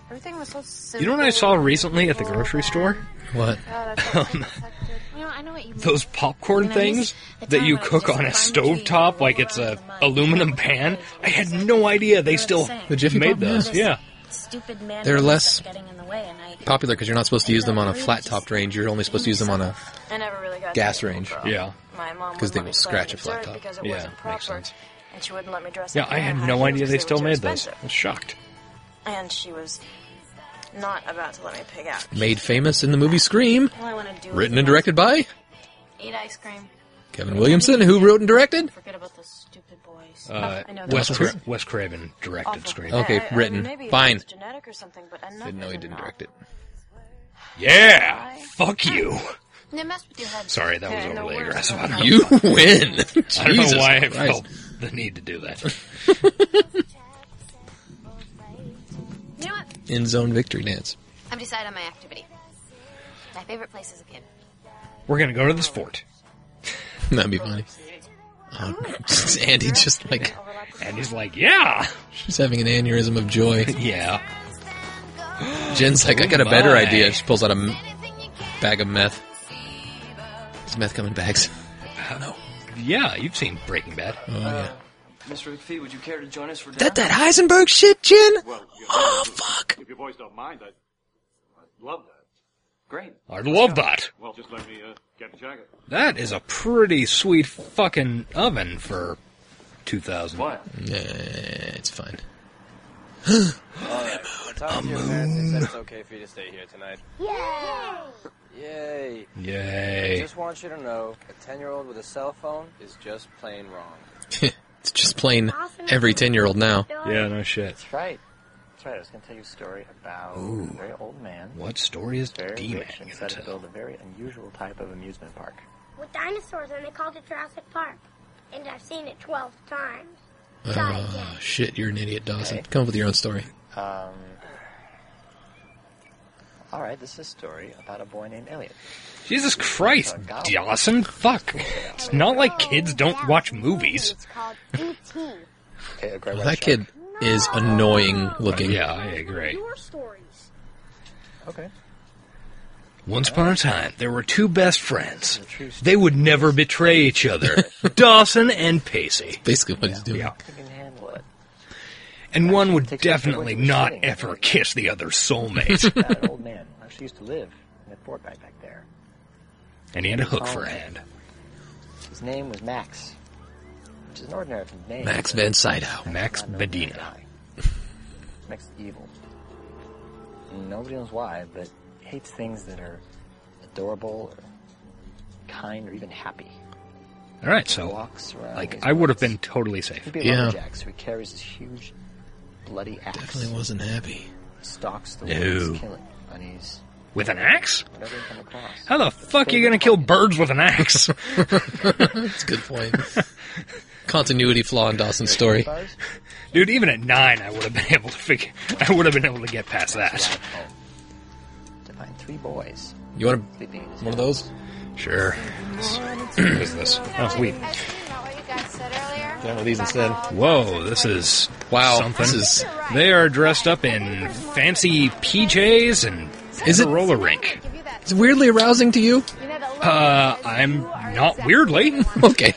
Everything was so simple. Oh, You know what I saw recently at the grocery store? What? Um, You know, I know what you mean. those popcorn things that you cook on a stove top, like it's a aluminum pan. I had no idea they still The Jiffy made Pop? Yeah. those. Yeah. Stupid man. They're less Getting in the way, and I. popular because you're not supposed to use them on a flat topped range. You're only supposed to use them on a I never really got. gas to be a range. girl. My Because mom wouldn't they let will me play scratch a with the flat dirt top. Because it Yeah, wasn't makes proper, sense. And she wouldn't let me dress. Yeah, up in I had high no heels idea because they were still too made those. expensive. I was shocked. And she was not about to let me pig out. Made famous in the movie Scream. All I want to do. Written and directed by Eat ice cream. Kevin Williamson, who wrote and directed. Forget about those stupid boys. Uh, Oh, I know that Wes, was Cra- Wes Craven directed awful. Scream. I- Okay, I- I mean, written. maybe it Fine. was Genetic or something, but enough Didn't know he of didn't not. direct it. Yeah, fuck you. They mess with your head. Sorry, that was Yeah, no overly worries. aggressive. I don't You know. win. I don't Jesus know why I Christ. felt the need to do that. You know what? End zone victory dance. I've decided on my activity. My favorite place as a kid. We're gonna go to this fort. That'd be funny. Um, Andy just like And he's like, yeah, she's having an aneurysm of joy. yeah. Jen's like, I got a Oh better my. idea. She pulls out a m- bag of meth. Is meth coming bags? I don't know. Yeah, you've seen Breaking Bad. Oh yeah. Mr. McPhee, would you care to join us for That that Heisenberg shit, Jen. Oh fuck. If your boys don't mind, I'd, I'd love that. Great. I love that. Well, just let me uh, get in jacket. That is a pretty sweet fucking oven for 2000. What? Yeah, it's fine. Alright, Talk to your parents. They said it's okay for you to stay here tonight. Yay! Yay. I just want you to know, a ten-year-old with a cell phone is just plain wrong. it's just plain every ten year old now. Oh, Yeah, no shit. That's right. That's right. I was going to tell you a story about Ooh. a very old man. What story is very D-Man rich and gonna set to tell? build a very unusual type of amusement park. With dinosaurs, and they called it Jurassic Park. And I've seen it 12 times. Oh shit, you're an idiot, Dawson. Come up with your own story. Um. All right, this is a story about a boy named Elliot. Jesus Christ, Dawson, fuck. It's not like kids don't watch movies. E Okay, a great Well, white that kid is annoying looking. Yeah, I agree. Your stories. shark. Okay. Once upon a time, there were two best friends. They would never betray each other Dawson and Pacey. Basically, what he's doing. Yeah. You can handle it. And one would definitely not ever kiss the other soulmate. Now, an old man actually used to live in a fort right back there. And he had a hook for a hand. His name was Max, which is an ordinary name. Max but Van Sydow. Max Medina. Max is evil. Nobody knows why, but hates things that are adorable or kind or even happy. Alright, so, Walks around. Oh, like, his I would have woods. been totally safe. He'd be a Yeah. lumberjack, so he carries this huge, bloody axe. Definitely wasn't happy. Stalks the No. woods, killing unease, With an axe? whatever he come across. How the fuck are you gonna kill birds with an axe? That's a good point. Continuity flaw in Dawson's story. Buzz? Dude, even at nine, I would have been able to figure. I would have been able to get past that. Arrived home To find three boys You want a, sleeping in his one of those? Sure. what is this? Oh, weed. Guys, you know what you guys said earlier? Done with these instead. Whoa, this is Wow, Something. this is- They are dressed up in fancy PJs and Is it- a roller rink. Give you that. It's weirdly arousing to you. You know, the look Uh, says I'm you are not exactly weirdly. what you want. Okay.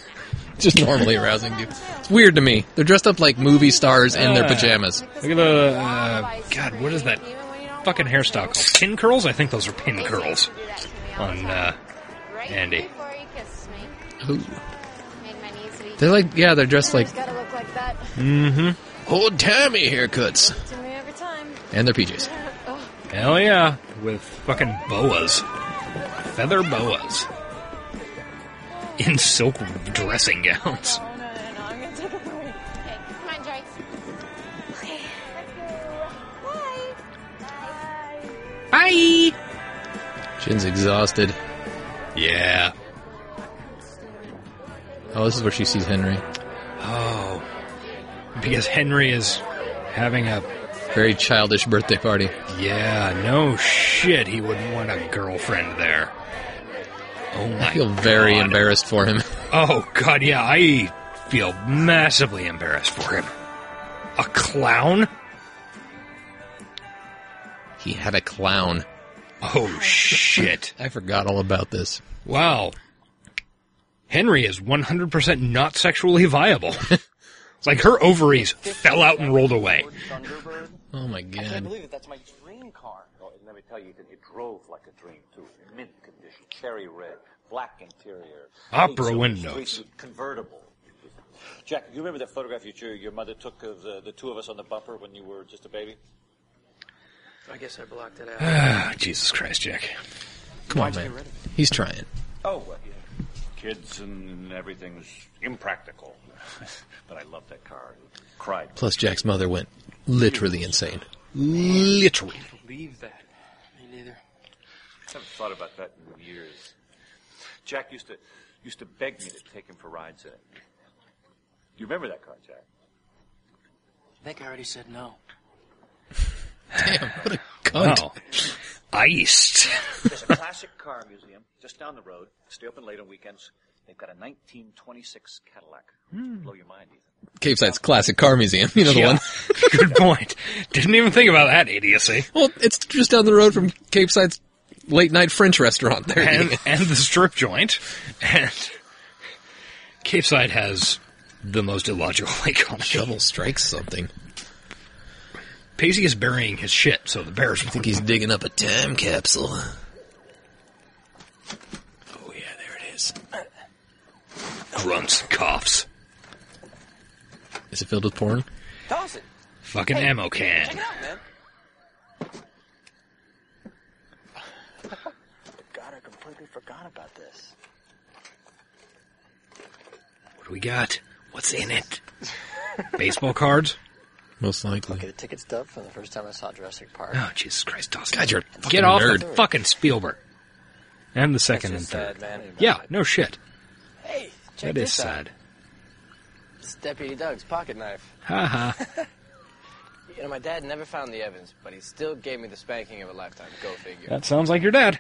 just normally arousing you. It's weird to me. They're dressed up like movie stars in their Ah. pajamas. Look at the uh, God. What is that fucking hairstyle called? Pin curls? I think those are pin curls on uh, Andy. They're like, yeah, they're dressed like Gotta look like that. mm-hmm. old timey haircuts To me every time. and their PJs. Oh, Hell yeah, with fucking boas, feather boas, in silk dressing gowns. no, no, no, no. I'm gonna take a break. Okay, come on, Joyce. Okay. Bye. Shin's exhausted. Yeah. Oh, this is where she sees Henry. Oh, because Henry is having a very childish birthday party. Yeah, no shit, he wouldn't want a girlfriend there. Oh my I feel very God. embarrassed for him. Oh god, yeah, I feel massively embarrassed for him. A clown? He had a clown. Oh shit. I forgot all about this. Wow. Henry is 100% not sexually viable. it's like her ovaries fell out and rolled away. Thunderbird. Oh my I can't god. believe it. That's my dream car. Oh, and let me tell you, it, it drove like a dream too. Mint condition, cherry red, black interior, Opera Eight-cylinder windows. straight convertible. Jack, you remember that photograph you, your, your mother took of the, the two of us on the bumper when you were just a baby? I guess I blocked it Ah, Jesus Christ, Jack. Come on, man. He's trying. Oh, well, yeah. Kids and everything's impractical. but I love that car. Cried. Plus, Jack's mother went literally insane. Literally. Believe that. Me neither. I haven't thought about that in years. Jack used to used to beg me to take him for rides in it. You remember that car, Jack? I think I already said no. Cunt. Wow. Oh. Iced. There's a classic car museum just down the road. Stay open late on weekends. They've got a 1926 Cadillac. Hmm. Blow your mind, Ethan. Caveside's classic car museum. You know the Yeah. one. Good point. Didn't even think about that idiocy. Well, it's just down the road from Caveside's late night French restaurant. There. and, and the strip joint. And Cape Side has the most illogical icon. Shovel strikes something. Paisley is burying his shit, so the bears. I think he's digging up a time capsule. Oh yeah, there it is. Grunts, and coughs, Is it filled with porn? Dawson, fucking Hey, ammo check can. it out, man. God, I completely forgot about this. What do we got? What's in it? Baseball cards. Most likely. Get a ticket stub from the first time I saw Jurassic Park. Oh Jesus Christ, Dawson! God, you're a get fucking off the nerd. fucking Spielberg. And the second and That's third. just sad, man. Yeah, no shit. Hey, check that is this out. sad. It's Deputy Doug's pocket knife. Ha ha. You know, my dad never found the evidence, but he still gave me the spanking of a lifetime. Go figure. That sounds like your dad.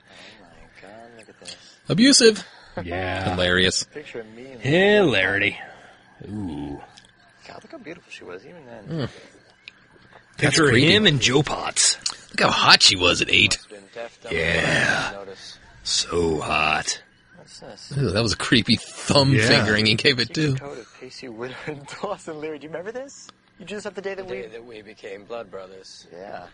God, look at this. Abusive. Yeah. Hilarious. Picture of me and Hilarity. Ooh. God, look how beautiful she was even then. That's Picture creepy. him and Joe Potts. Look how hot she was at eight. Yeah. Notice. So hot. What's this? Ooh, that was a creepy thumb Yeah. fingering he gave it to. Coat of Pacey Widow and Dawson Leary. Do you remember this? You drew this up the day that The we. day that we became blood brothers. Yeah.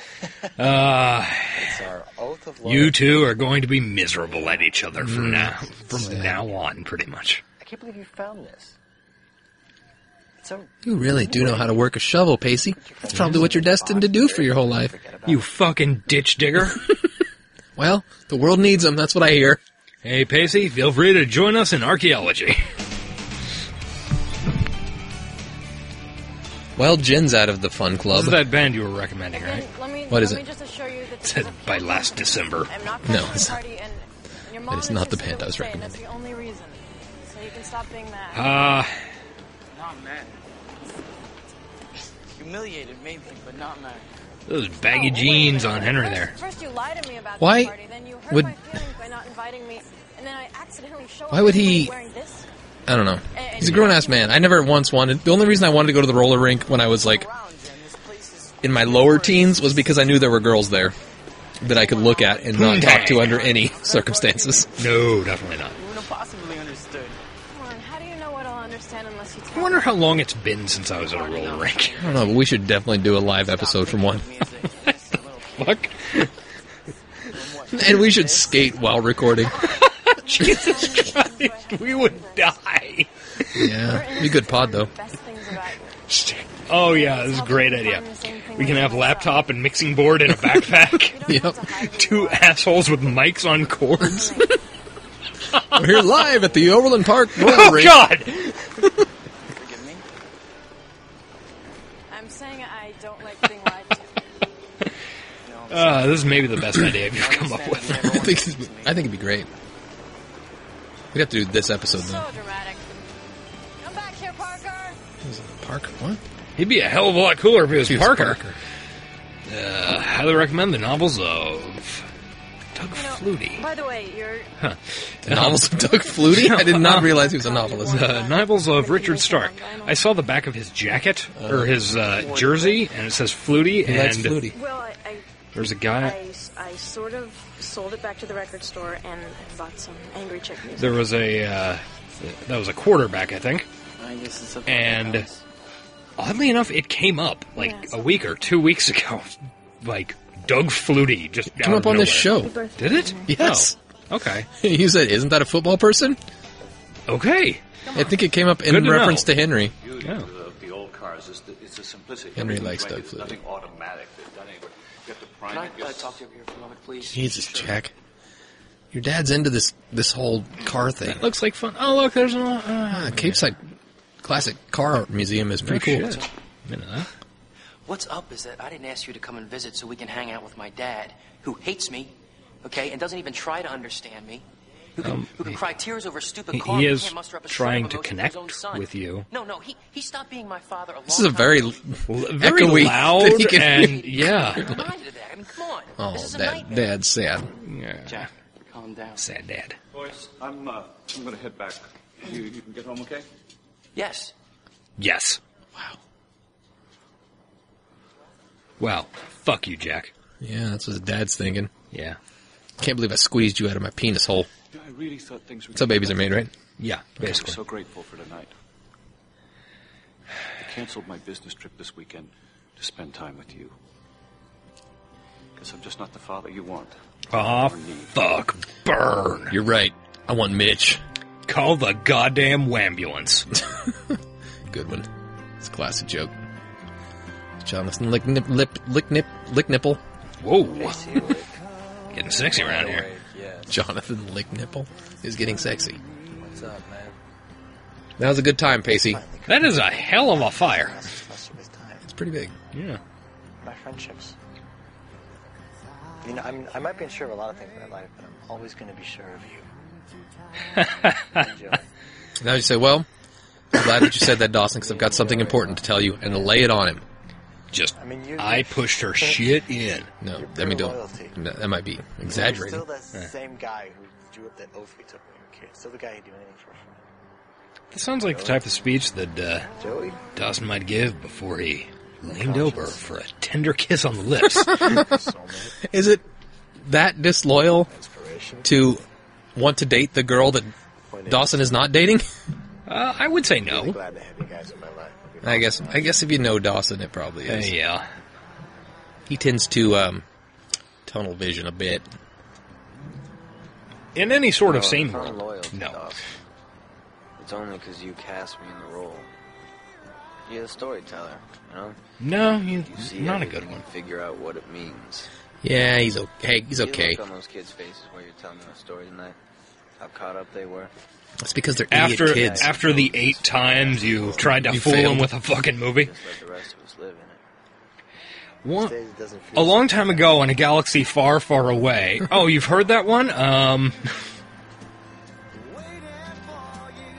Uh, It's our oath of loyalty. you two are going to be miserable at each other from now from now on, pretty much. I can't believe you found this. It's so. You really do know how to work a shovel, Pacey. That's probably what you're destined to do for your whole life. You fucking ditch digger. Well, the world needs them. That's what I hear. hey Pacey, feel free to join us in archaeology. Well, Jen's out of the fun This club. is that band you were recommending, right? Let me, What is let it? Me just assure you that It said by last December. I'm not No, going to it's the party, and your mom is is not the considered band I was insane. That's the only reason. So you can stop being mad. Uh Not mad. Humiliated, maybe, but not mad. those baggy jeans on Henry there. First you lied to me about Why the party, then you hurt would- my feelings by not inviting me, and then I accidentally show Why up would anyway he- wearing this. I don't know. He's a grown ass man. I never once wanted. The only reason I wanted to go to the roller rink when I was like in my lower teens was because I knew there were girls there that I could look at and not talk to under any circumstances. No, definitely not. You wouldn't have possibly understood. Come on, how do you know what I'll understand unless you tell I wonder how long it's been since I was at a roller rink. I don't know, but we should definitely do a live episode from one. Fuck. and we should skate while recording. Jesus Christ, we would die. Yeah, be a good pod though. Oh yeah, this is a great idea. We can have laptop and mixing board in a backpack. yep. Two assholes with mics on cords. We're here live at the Overland Park roller oh rink. God! I'm saying I don't like being lied to. Uh, this is maybe the best idea you've come up with. I think I think it'd be great. We'd have to do this episode though. So dramatic. Come back here, Parker. Park? What? He'd be a hell of a lot cooler if he was He was Parker. Parker. Uh, highly recommend the novels of Doug Flutie. By the way, you're Huh. The novels of Doug Flutie? I did not realize he was a novelist. The novels Uh, of Richard Stark. I saw the back of his jacket or his uh, jersey, and it says Flutie. He And likes Flutie. well. I, I There's a guy. I, I sort of sold it back to the record store and, and bought some angry chick music. There was a uh, that was a quarterback, I think. And oddly enough, it came up like a week or two weeks ago, like Doug Flutie just Came out up on of this nowhere. show. Did it? Yes. Oh, okay. you said, "Isn't that a football person?" Okay. I think it came up in Good to reference know. to Henry. beauty of the, of the old cars is that it's a simplicity. Henry Everything's likes right. Doug There's Flutie. Nothing automatic. There's nothing where You have to prime Can I it. You uh, have to- talk to you over here for a moment, please? Jesus, Jack. Your dad's into this this whole car thing. That looks like fun. Oh look, there's an. Ah, Uh, Cape Side Classic Car Museum is pretty Oh, cool. shit. Minute, huh? What's up is that I didn't ask you to come and visit so we can hang out with my dad, who hates me, okay, and doesn't even try to understand me. Who can, Um, who can he- cry tears over stupid he- car he and is can't muster up a shred trying of to emotion for his connect own son. with you. No, no, he, he stopped being my father a long This is a time very ago. l- very echoey loud that he can- and yeah. I'm reminded of that. I mean, come on. this Oh, is a dad, nightmare. dad's sad. yeah. Jack, calm down. Sad dad. Boys, I'm, uh, I'm going to head back. You, you can get home, okay? Yes. Yes. Wow. Wow. Fuck you, Jack. Yeah, that's what his dad's thinking. Yeah. Can't believe I squeezed you out of my penis hole. Yeah, I really thought things were That's how babies are made, right? Yeah. I'm Basically. so grateful for tonight. I canceled my business trip this weekend to spend time with you. Because I'm just not the father you want. Aw, Ah, fuck. Burn. You're right. I want Mitch. Call the goddamn wambulance. Good one. It's a classic joke. Jonathan lick nip lip lick nip lick nipple. Whoa. Getting sexy around here. Jonathan lick nipple is getting sexy. What's up, man? That was a good time, Pacey. That is a hell of a fire. It's pretty big. Yeah. My friendships. You know, I'm, I might be unsure of a lot of things in my life, but I'm always going to be sure of you. Enjoy. Now you say, well, I'm glad that you said that, Dawson, because I've got something important to tell you, and to lay it on him. Just, I mean, you. I pushed her shit in. No, Your I mean, pure don't. loyalty. No, that might be You're exaggerating. still the same guy who drew up that oath we took when we were kids. Still the guy who'd do anything for a friend. That sounds like the type of speech that uh, Joey. Dawson might give before he leaned over for a tender kiss on the lips. Uh, Is it that disloyal Inspiration. to want to date the girl that Dawson is not dating? Uh, I would say no. Glad to have you guys in my life. It'd be I guess. I guess if you know Dawson, it probably Uh, is. yeah. He tends to um, tunnel vision a bit. In any sort of No, sane if I'm world. loyal to No. Dawson, It's only because you cast me in the role. You're the storyteller, you know? No, you, You see not a everything good one. and figure out what it means. Yeah, he's okay. Hey, he's You okay. look on those kids' faces while you're telling them a story tonight. How caught up they were. It's because they're idiot After kids. after the eight times you tried to You fool failed. him with a fucking movie. Just let the rest of us live in it. One, Days it doesn't feel a long time ago in a galaxy far, far away. Oh, you've heard that one? Um, Oh,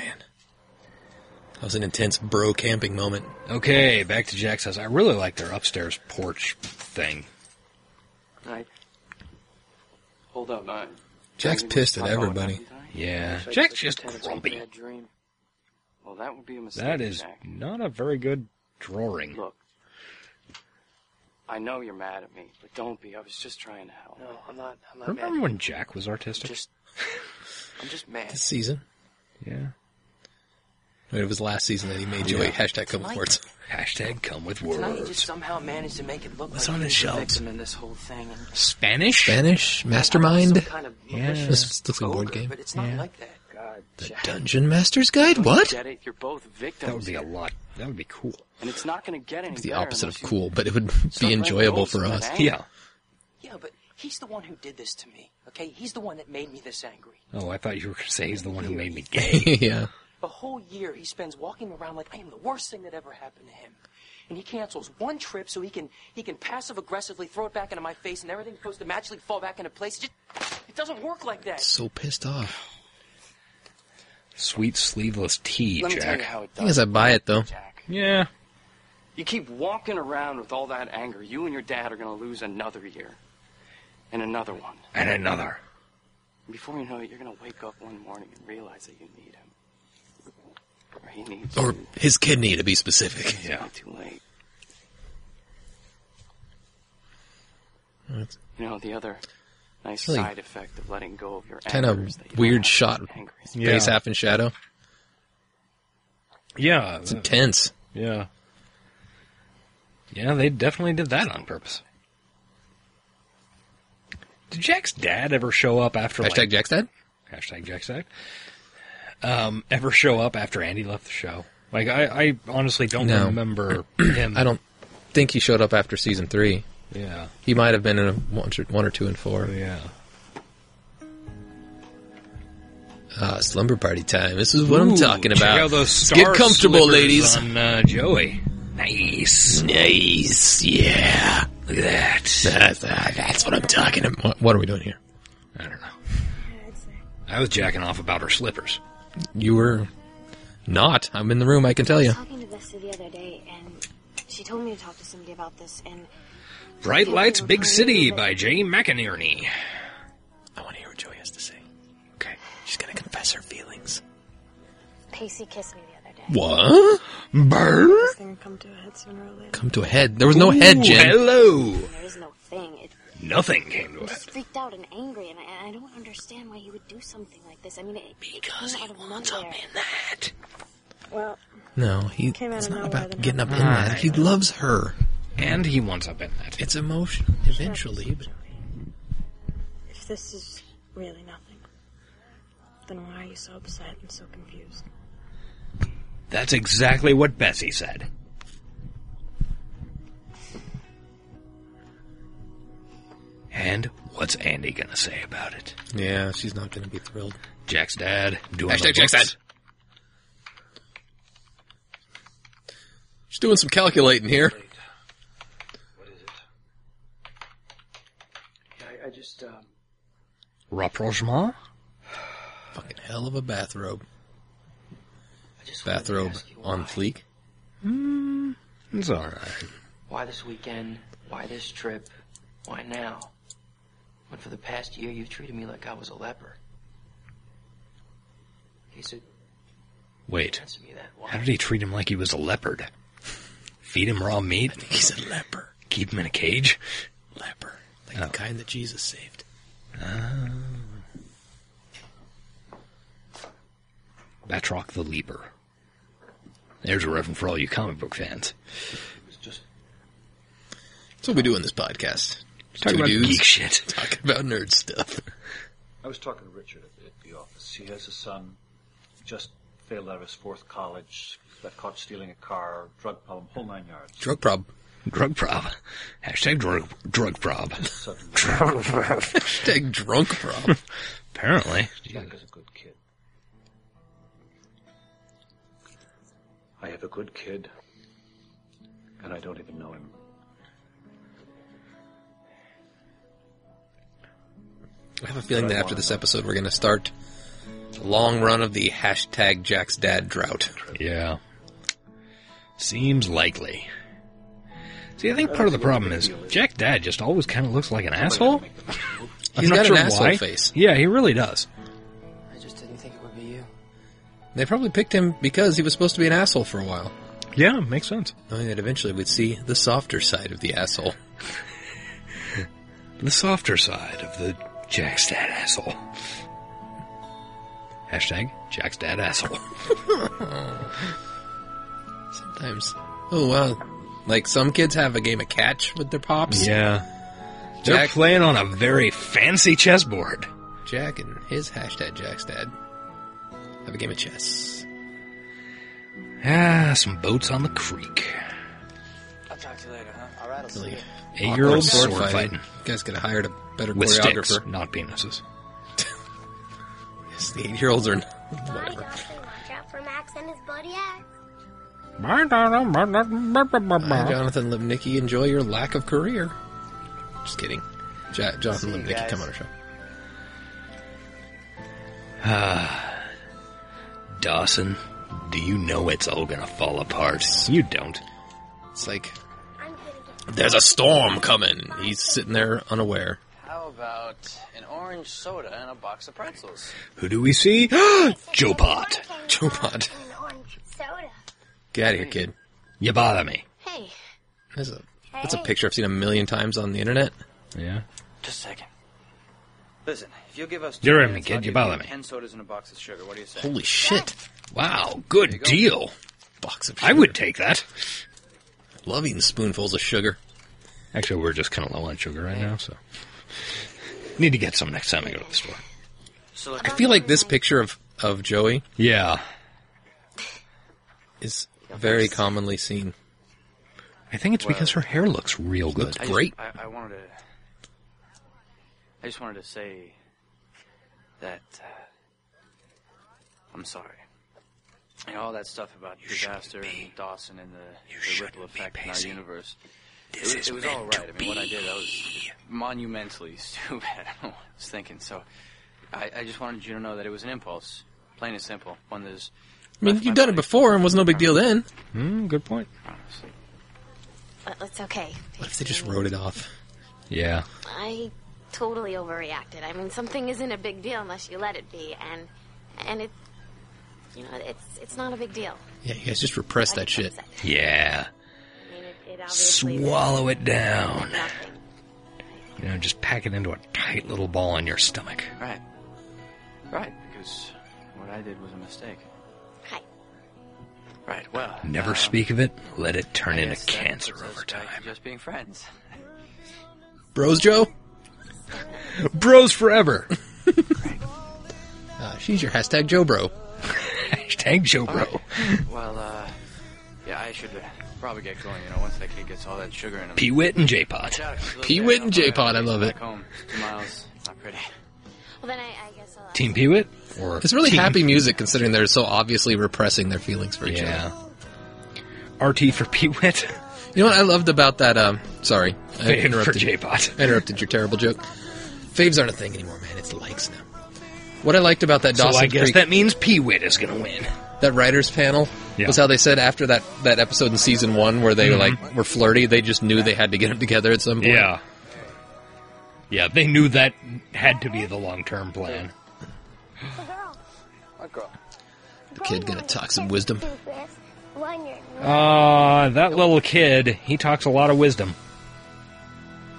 Man, that was an intense bro camping moment. okay, back to Jack's house. I really like their upstairs porch thing. Night. Hold up. Nine. Jack's pissed at everybody. Yeah, Jack's just Pretend it's a grumpy. bad dream. Well, that would be a mistake. That is Jack. not a very good drawing. Look, I know you're mad at me, but don't be. I was just trying to help. No, I'm not. I'm not Remember when Jack was artistic? I'm just mad. This season. Yeah. It was last season that he made Yeah. Joey hashtag come with Tonight. words. Hashtag come with Tonight you just somehow managed to make it look What's like on you his was the shelves? victim in this whole thing. And Spanish? Spanish? Mastermind? Some kind of yeah. malicious This looks like a board game. But it's not like that. God, The Dungeon Master's Guide? What? Get it? You're both victims. That would be a lot. That would be cool. And it's not going to get any It's the better opposite of unless you- cool, but it would Stop be playing enjoyable roles for with us. that anger. Yeah, but he's the one who did this to me. Okay, he's the one that made me this angry. Oh, I thought you were going to say he's the one who made me gay. yeah. A whole year he spends walking around like I am the worst thing that ever happened to him. And he cancels one trip so he can he can passive aggressively throw it back into my face and everything's supposed to magically fall back into place. It just it doesn't work like that. So pissed off. Sweet sleeveless tea, Let me Jack. tell you how it I guess I buy it though. Yeah. You keep walking around with all that anger, you and your dad are gonna lose another year. And another one. And another. Before you know it, you're gonna wake up one morning and realize that you need him. Or he needs Or you. his kidney to be specific. Yeah. Too late. That's You know, the other nice Really side effect of letting go of your kind anger of is that you weird shot. Yeah. Face half in shadow. Yeah. It's intense. Yeah. Yeah, they definitely did that on purpose. Did Jack's dad ever show up after Hashtag Jack's dad? Hashtag Jack's dad. Um, ever show up after Andy left the show? Like I, I honestly don't No. remember him. I don't think he showed up after season three. Yeah. He might have been in a one, or- one or two and four. Yeah. Ah, slumber party time. This is what I'm Ooh, talking check about. out those Let's star Get comfortable, slippers ladies. on, uh, Joey. Nice. Nice. Yeah. Look at that. That's, uh, that's what I'm talking about. What, what are we doing here? I don't know. I was jacking off about her slippers. You were not. I'm in the room. I can tell I you. was talking to Vesta the other day, and she told me to talk to somebody about this, and Bright Lights, Big City by Jay McInerney. I want to hear what Joey has to say. Okay. She's gonna confess her feelings. Pacey kissed me the other day. What? Burr? thing will come to a head sooner or later. Come to a head. There was no head, Jim. Hello. There is no thing. It, Nothing came to I'm it. just freaked out and angry, and I, and I don't understand why he would do something like this. I mean, it, because it came out of nowhere. that. Well, No, he, Came out it's of not nowhere, about then getting up in Ah, that. He yeah. loves her. And he wants up in that. It's emotion eventually, but If this is really nothing, then why are you so upset and so confused? That's exactly what Bessie said. And what's Andy gonna say about it? yeah, she's not going to be thrilled. Jack's dad doing the Hashtag Jack's books? dad. She's doing some calculating here. I, I just, um, Rapprochement? Fucking hell of a bathrobe. Bathrobe on fleek. Mm, it's alright. why this weekend? Why this trip? Why now? When for the past year you've treated me like I was a leper. He said, Wait. answer me that. How did he treat him like he was a leopard? Feed him raw meat? He's a leper. Oh, Keep him in a cage? Leper. Like the kind that Jesus saved. Batroc the Leaper. There's a reference for all you comic book fans. That's what we do in this podcast. Just Talk two about dudes geek shit. Talking about nerd stuff. I was talking to Richard at, at the office. He has a son, just failed out of his fourth college, got caught stealing a car, drug problem, whole nine yards. Drug prob. Drug prob. Hashtag drug, drug prob. Suddenly, Hashtag drunk prob. Apparently. Jack is a good kid. I have a good kid, and I don't even know him. I have a feeling that after this episode, we're going to start a long run of the hashtag Jack's Dad drought. Yeah. Seems likely. See, I think part of the problem is Jack Dad just always kind of looks like an asshole. I'm He's not got sure an asshole why. face. Yeah, he really does. I just didn't think it would be you. They probably picked him because he was supposed to be an asshole for a while, Yeah, makes sense. knowing that eventually we'd see the softer side of the asshole. the softer side of the Jack's dad asshole. Hashtag Jack's dad asshole. Sometimes. Oh, wow. Like some kids have a game of catch with their pops. Yeah. They're Jack- playing on a very fancy chessboard. Jack and his hashtag Jack's dad have a game of chess. Ah, some boats on the creek. I'll talk to you later, huh? All right, I'll see you. Eight year old Awkward sword fighting. You guys could have hired a better With choreographer. sticks, not penises. Yes, the eight year olds are. Mommy, Dawson, watch out for Max and his buddy Axe. Hi, Jonathan Lipnicki. Enjoy your lack of career. Just kidding. Ja- Jonathan See you Lipnicki, guys. come on our show. Ah, Dawson, do you know it's all gonna fall apart? You don't. It's like there's a storm coming. He's sitting there unaware. How about an orange soda and a box of pretzels? Who do we see? Joe Pot. Joe Pot. Soda. Get out of here, kid. You bother me. Hey. That's a, that's a picture I've seen a million times on the internet. Yeah. Just a second. Listen, if you'll give us You're in minutes, me, kid. I'll give You bother me. Ten sodas and a box of sugar. What do you say? Holy shit. Wow, good deal. Box of I would take that. Love eating spoonfuls of sugar. Actually, we're just kind of low on sugar right now, so. Need to get some next time I go to the store. I feel like this picture of, of Joey Yeah. is very commonly seen. I think it's because her hair looks real good. Looks great. I, I wanted to. I just wanted to say that uh, I'm sorry. And all that stuff about disaster and Dawson and the, the ripple effect in our universe. This it, was- is it was meant all to right. I mean, what I did, I was monumentally stupid. I don't know what I was thinking. So, I, I just wanted you to know that it was an impulse, plain and simple. One that's I mean, you've done it before and was no big deal then. Hmm, good point. honestly. But it's okay. Mm, What if they just wrote it off? Yeah. I totally overreacted. I mean, something isn't a big deal unless you let it be, and and it, you know, it's it's not a big deal. Yeah, you guys just repress that shit. Yeah. I mean, it, it obviously Swallow it down. nothing. You know, just pack it into a tight little ball in your stomach. Right. Right, because what I did was a mistake. Right. Right, well. Never uh, speak of it. Let it turn I into guess that cancer puts us over back time. to Just being friends. Bros Joe? Bros forever. Uh, she's your hashtag Joe Bro. hashtag Joe All right. well, uh. Yeah, I should uh, probably get going, you know, once that kid gets all that sugar in him. Pee-wit and J-Pod. Watch out, 'cause look, Pee-wit and I- I'll J-Pod, I probably have to love get it. Back home. Two miles. Not pretty. Well, then I, I guess I'll. Team Peewit? Or It's really Team- happy music considering they're so obviously repressing their feelings for each Yeah. other. RT for Peewit. You know what I loved about that? Um, sorry, I Fave for interrupted. J-Bot. I interrupted your terrible joke. Faves aren't a thing anymore, man. It's likes now. What I liked about that So Dawson I guess Creek, that means Peewit is going to win. that writers panel, Yeah. was how they said after that that episode in season one where they were Mhm. like were flirty. They just knew they had to get them together at some point. Yeah. Yeah, they knew that had to be the long-term plan. What girl? The kid gonna talk some wisdom. One year. Uh, that little kid, he talks a lot of wisdom.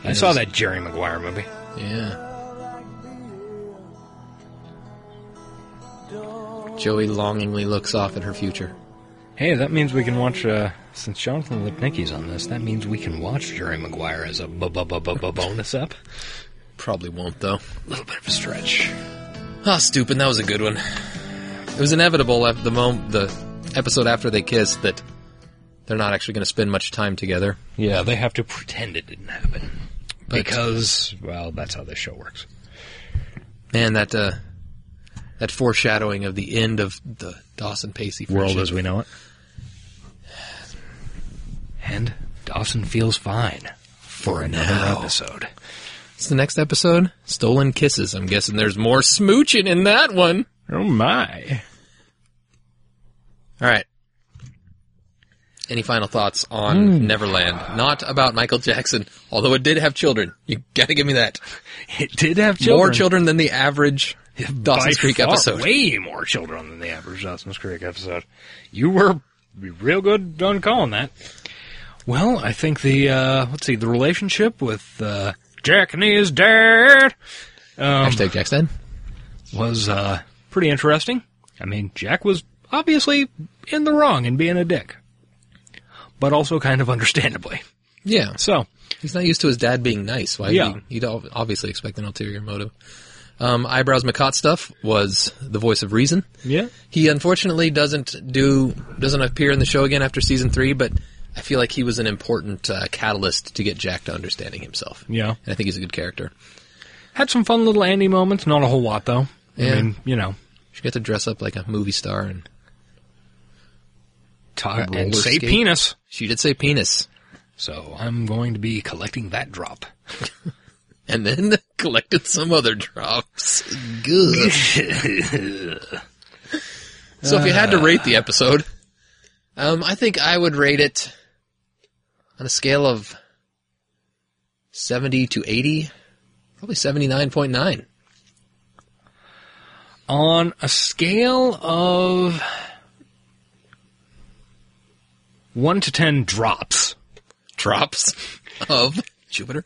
I He saw does. that Jerry Maguire movie. Yeah. Joey longingly looks off at her future. Hey, that means we can watch, uh, since Jonathan Lipnicki's on this, that means we can watch Jerry Maguire as a bu- bu- bu- bu- bu- bonus up. Probably won't though. A little bit of a stretch. Ah, stupid. That was a good one. It was inevitable at the moment, the episode after they kissed, that they're not actually going to spend much time together. Yeah, they have to pretend it didn't happen. But- because, well, that's how this show works. Man, that uh, that foreshadowing of the end of the Dawson Pacey World friendship. as we know it. And Dawson feels fine for another now. episode. It's the next episode, Stolen Kisses. I'm guessing there's more smooching in that one. Oh my. All right. Any final thoughts on Hmm. Neverland? Not about Michael Jackson, although it did have children. You gotta give me that. It did have More children than the average Dawson's By Creek far, episode. Way more children than the average Dawson's Creek episode. You were real good on calling that. Well, I think the uh, let's see the relationship with uh, Jack and his dad. Um, Hashtag Jack's dad was uh, pretty interesting. I mean, Jack was obviously in the wrong in being a dick, but also kind of understandably. Yeah. So he's not used to his dad being nice. Why? Yeah. He, would obviously expect an ulterior motive. Um, Eyebrows McCott stuff was the voice of reason. Yeah. He unfortunately doesn't do doesn't appear in the show again after season three, but I feel like he was an important uh, catalyst to get Jack to understanding himself. Yeah. And I think he's a good character. Had some fun little Andy moments. Not a whole lot though. Yeah. I mean, you know, She got to dress up like a movie star and talk Roller and say skate. penis. She did say penis. So I'm going to be collecting that drop. and then collected some other drops. Good. so if you had to rate the episode, um, I think I would rate it on a scale of 70 to 80, probably 79.9. on a scale of one to ten drops. Drops of Jupiter.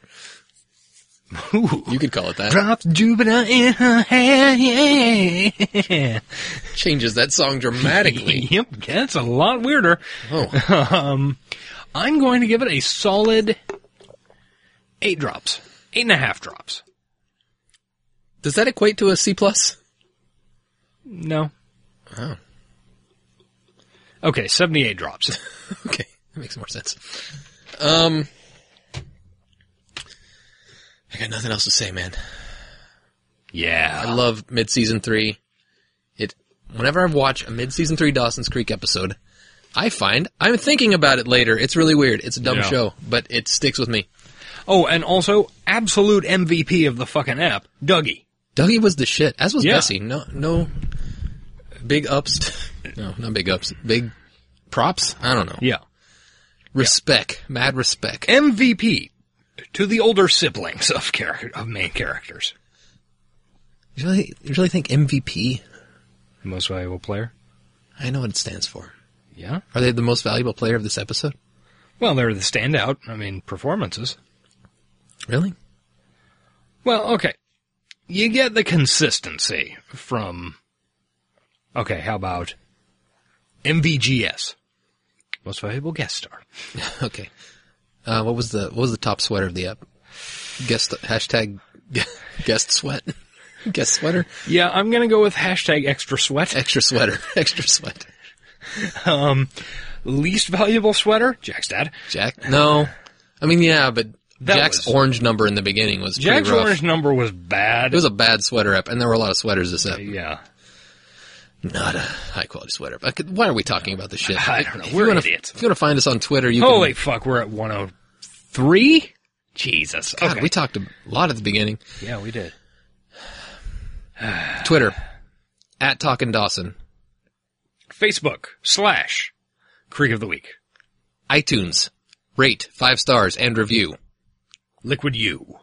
You could call it that. Drops eh, Jupiter in her hair. Changes that song dramatically. yep, that's a lot weirder. Oh. um, I'm going to give it a solid eight drops, eight and a half drops. Does that equate to a C plus? No, Oh, okay, seventy-eight drops. okay, that makes more sense. Um, I got nothing else to say, man. yeah, I love mid season three. It whenever I watch a mid season three Dawson's Creek episode, I find I'm thinking about it later. It's really weird. It's a dumb Yeah. show, but it sticks with me. Oh, and also absolute MVP of the fucking app, Dougie. Dougie was the shit, as was Yeah. Bessie. No, no, big ups. t- no, not big ups. Big props. I don't know. Yeah. Respect. Mad respect. MVP to the older siblings of character of main characters. You really, you really think MVP? Most valuable player. I know what it stands for. Yeah. Are they the most valuable player of this episode? Well, they're the standout. I mean, performances. Really? Well, okay. You get the consistency from. Okay, how about MVGS? Most valuable guest star. okay. Uh, what was the what was the top sweater of the app? Guest hashtag guest sweat. guest sweater. Yeah, I'm gonna go with hashtag extra sweat. Extra sweater. Extra sweat. Um, least valuable sweater, Jack's dad. Jack. No. I mean, yeah, but That Jack's was- orange number in the beginning was pretty Jack's rough. orange number was It bad. was a bad sweater app, and there were a lot of sweaters this app. yeah. Not a high quality sweater. But I could- why are we talking about this shit? I don't know. If We're you wanna, idiots. If you want to find us on Twitter, you Holy can. fuck, we're at 103? Jesus. God, okay. we talked a lot at the beginning. yeah, we did. Twitter at Talkin' Dawson, Facebook slash Creek of the Week. iTunes, rate five stars and review. Liquid U.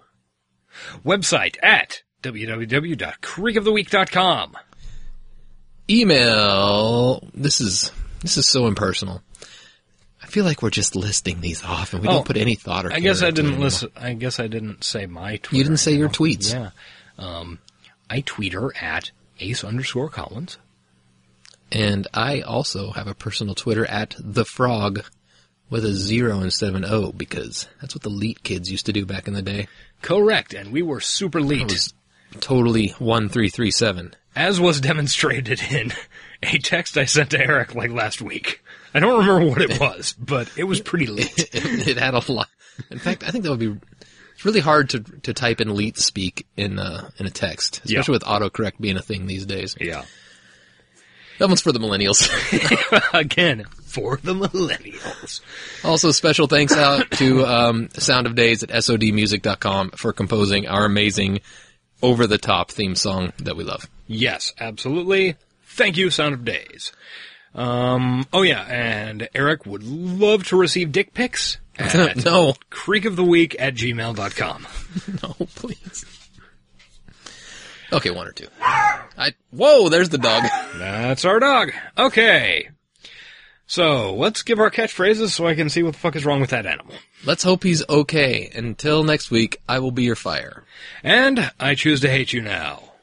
Website at www.creekoftheweek.com. email. This is this is so impersonal. I feel like we're just listing these off and we Oh, don't put any thought or. I guess care I into it didn't anymore. listen. I guess I didn't say my Twitter. You didn't say your tweets. Yeah. Um, I tweeter at ace underscore Collins. And I also have a personal Twitter at the frog with a zero instead of an O because that's what the leet kids used to do back in the day. Correct. And we were super It leaked, was totally one three three seven. as was demonstrated in a text I sent to Eric like last week. I don't remember what it was, but it was pretty late. It had a lot. In fact, I think that would be. It's really hard to to type in leet speak in uh, in a text, Yeah. especially with autocorrect being a thing these days. Yeah. That one's for the millennials. Again, for the millennials. Also, special thanks out to um, Sound of Days at SODmusic.com for composing our amazing over the top theme song that we love. Yes, absolutely. Thank you, Sound of Days. Um, oh yeah, and Eric would love to receive dick pics at no, creekoftheweek at gmail.com. no, please. Okay, one or two. I whoa, there's the dog. That's our dog. Okay. So let's give our catchphrases so I can see what the fuck is wrong with that animal. Let's hope he's okay. Until next week, I will be your fire. And I choose to hate you now.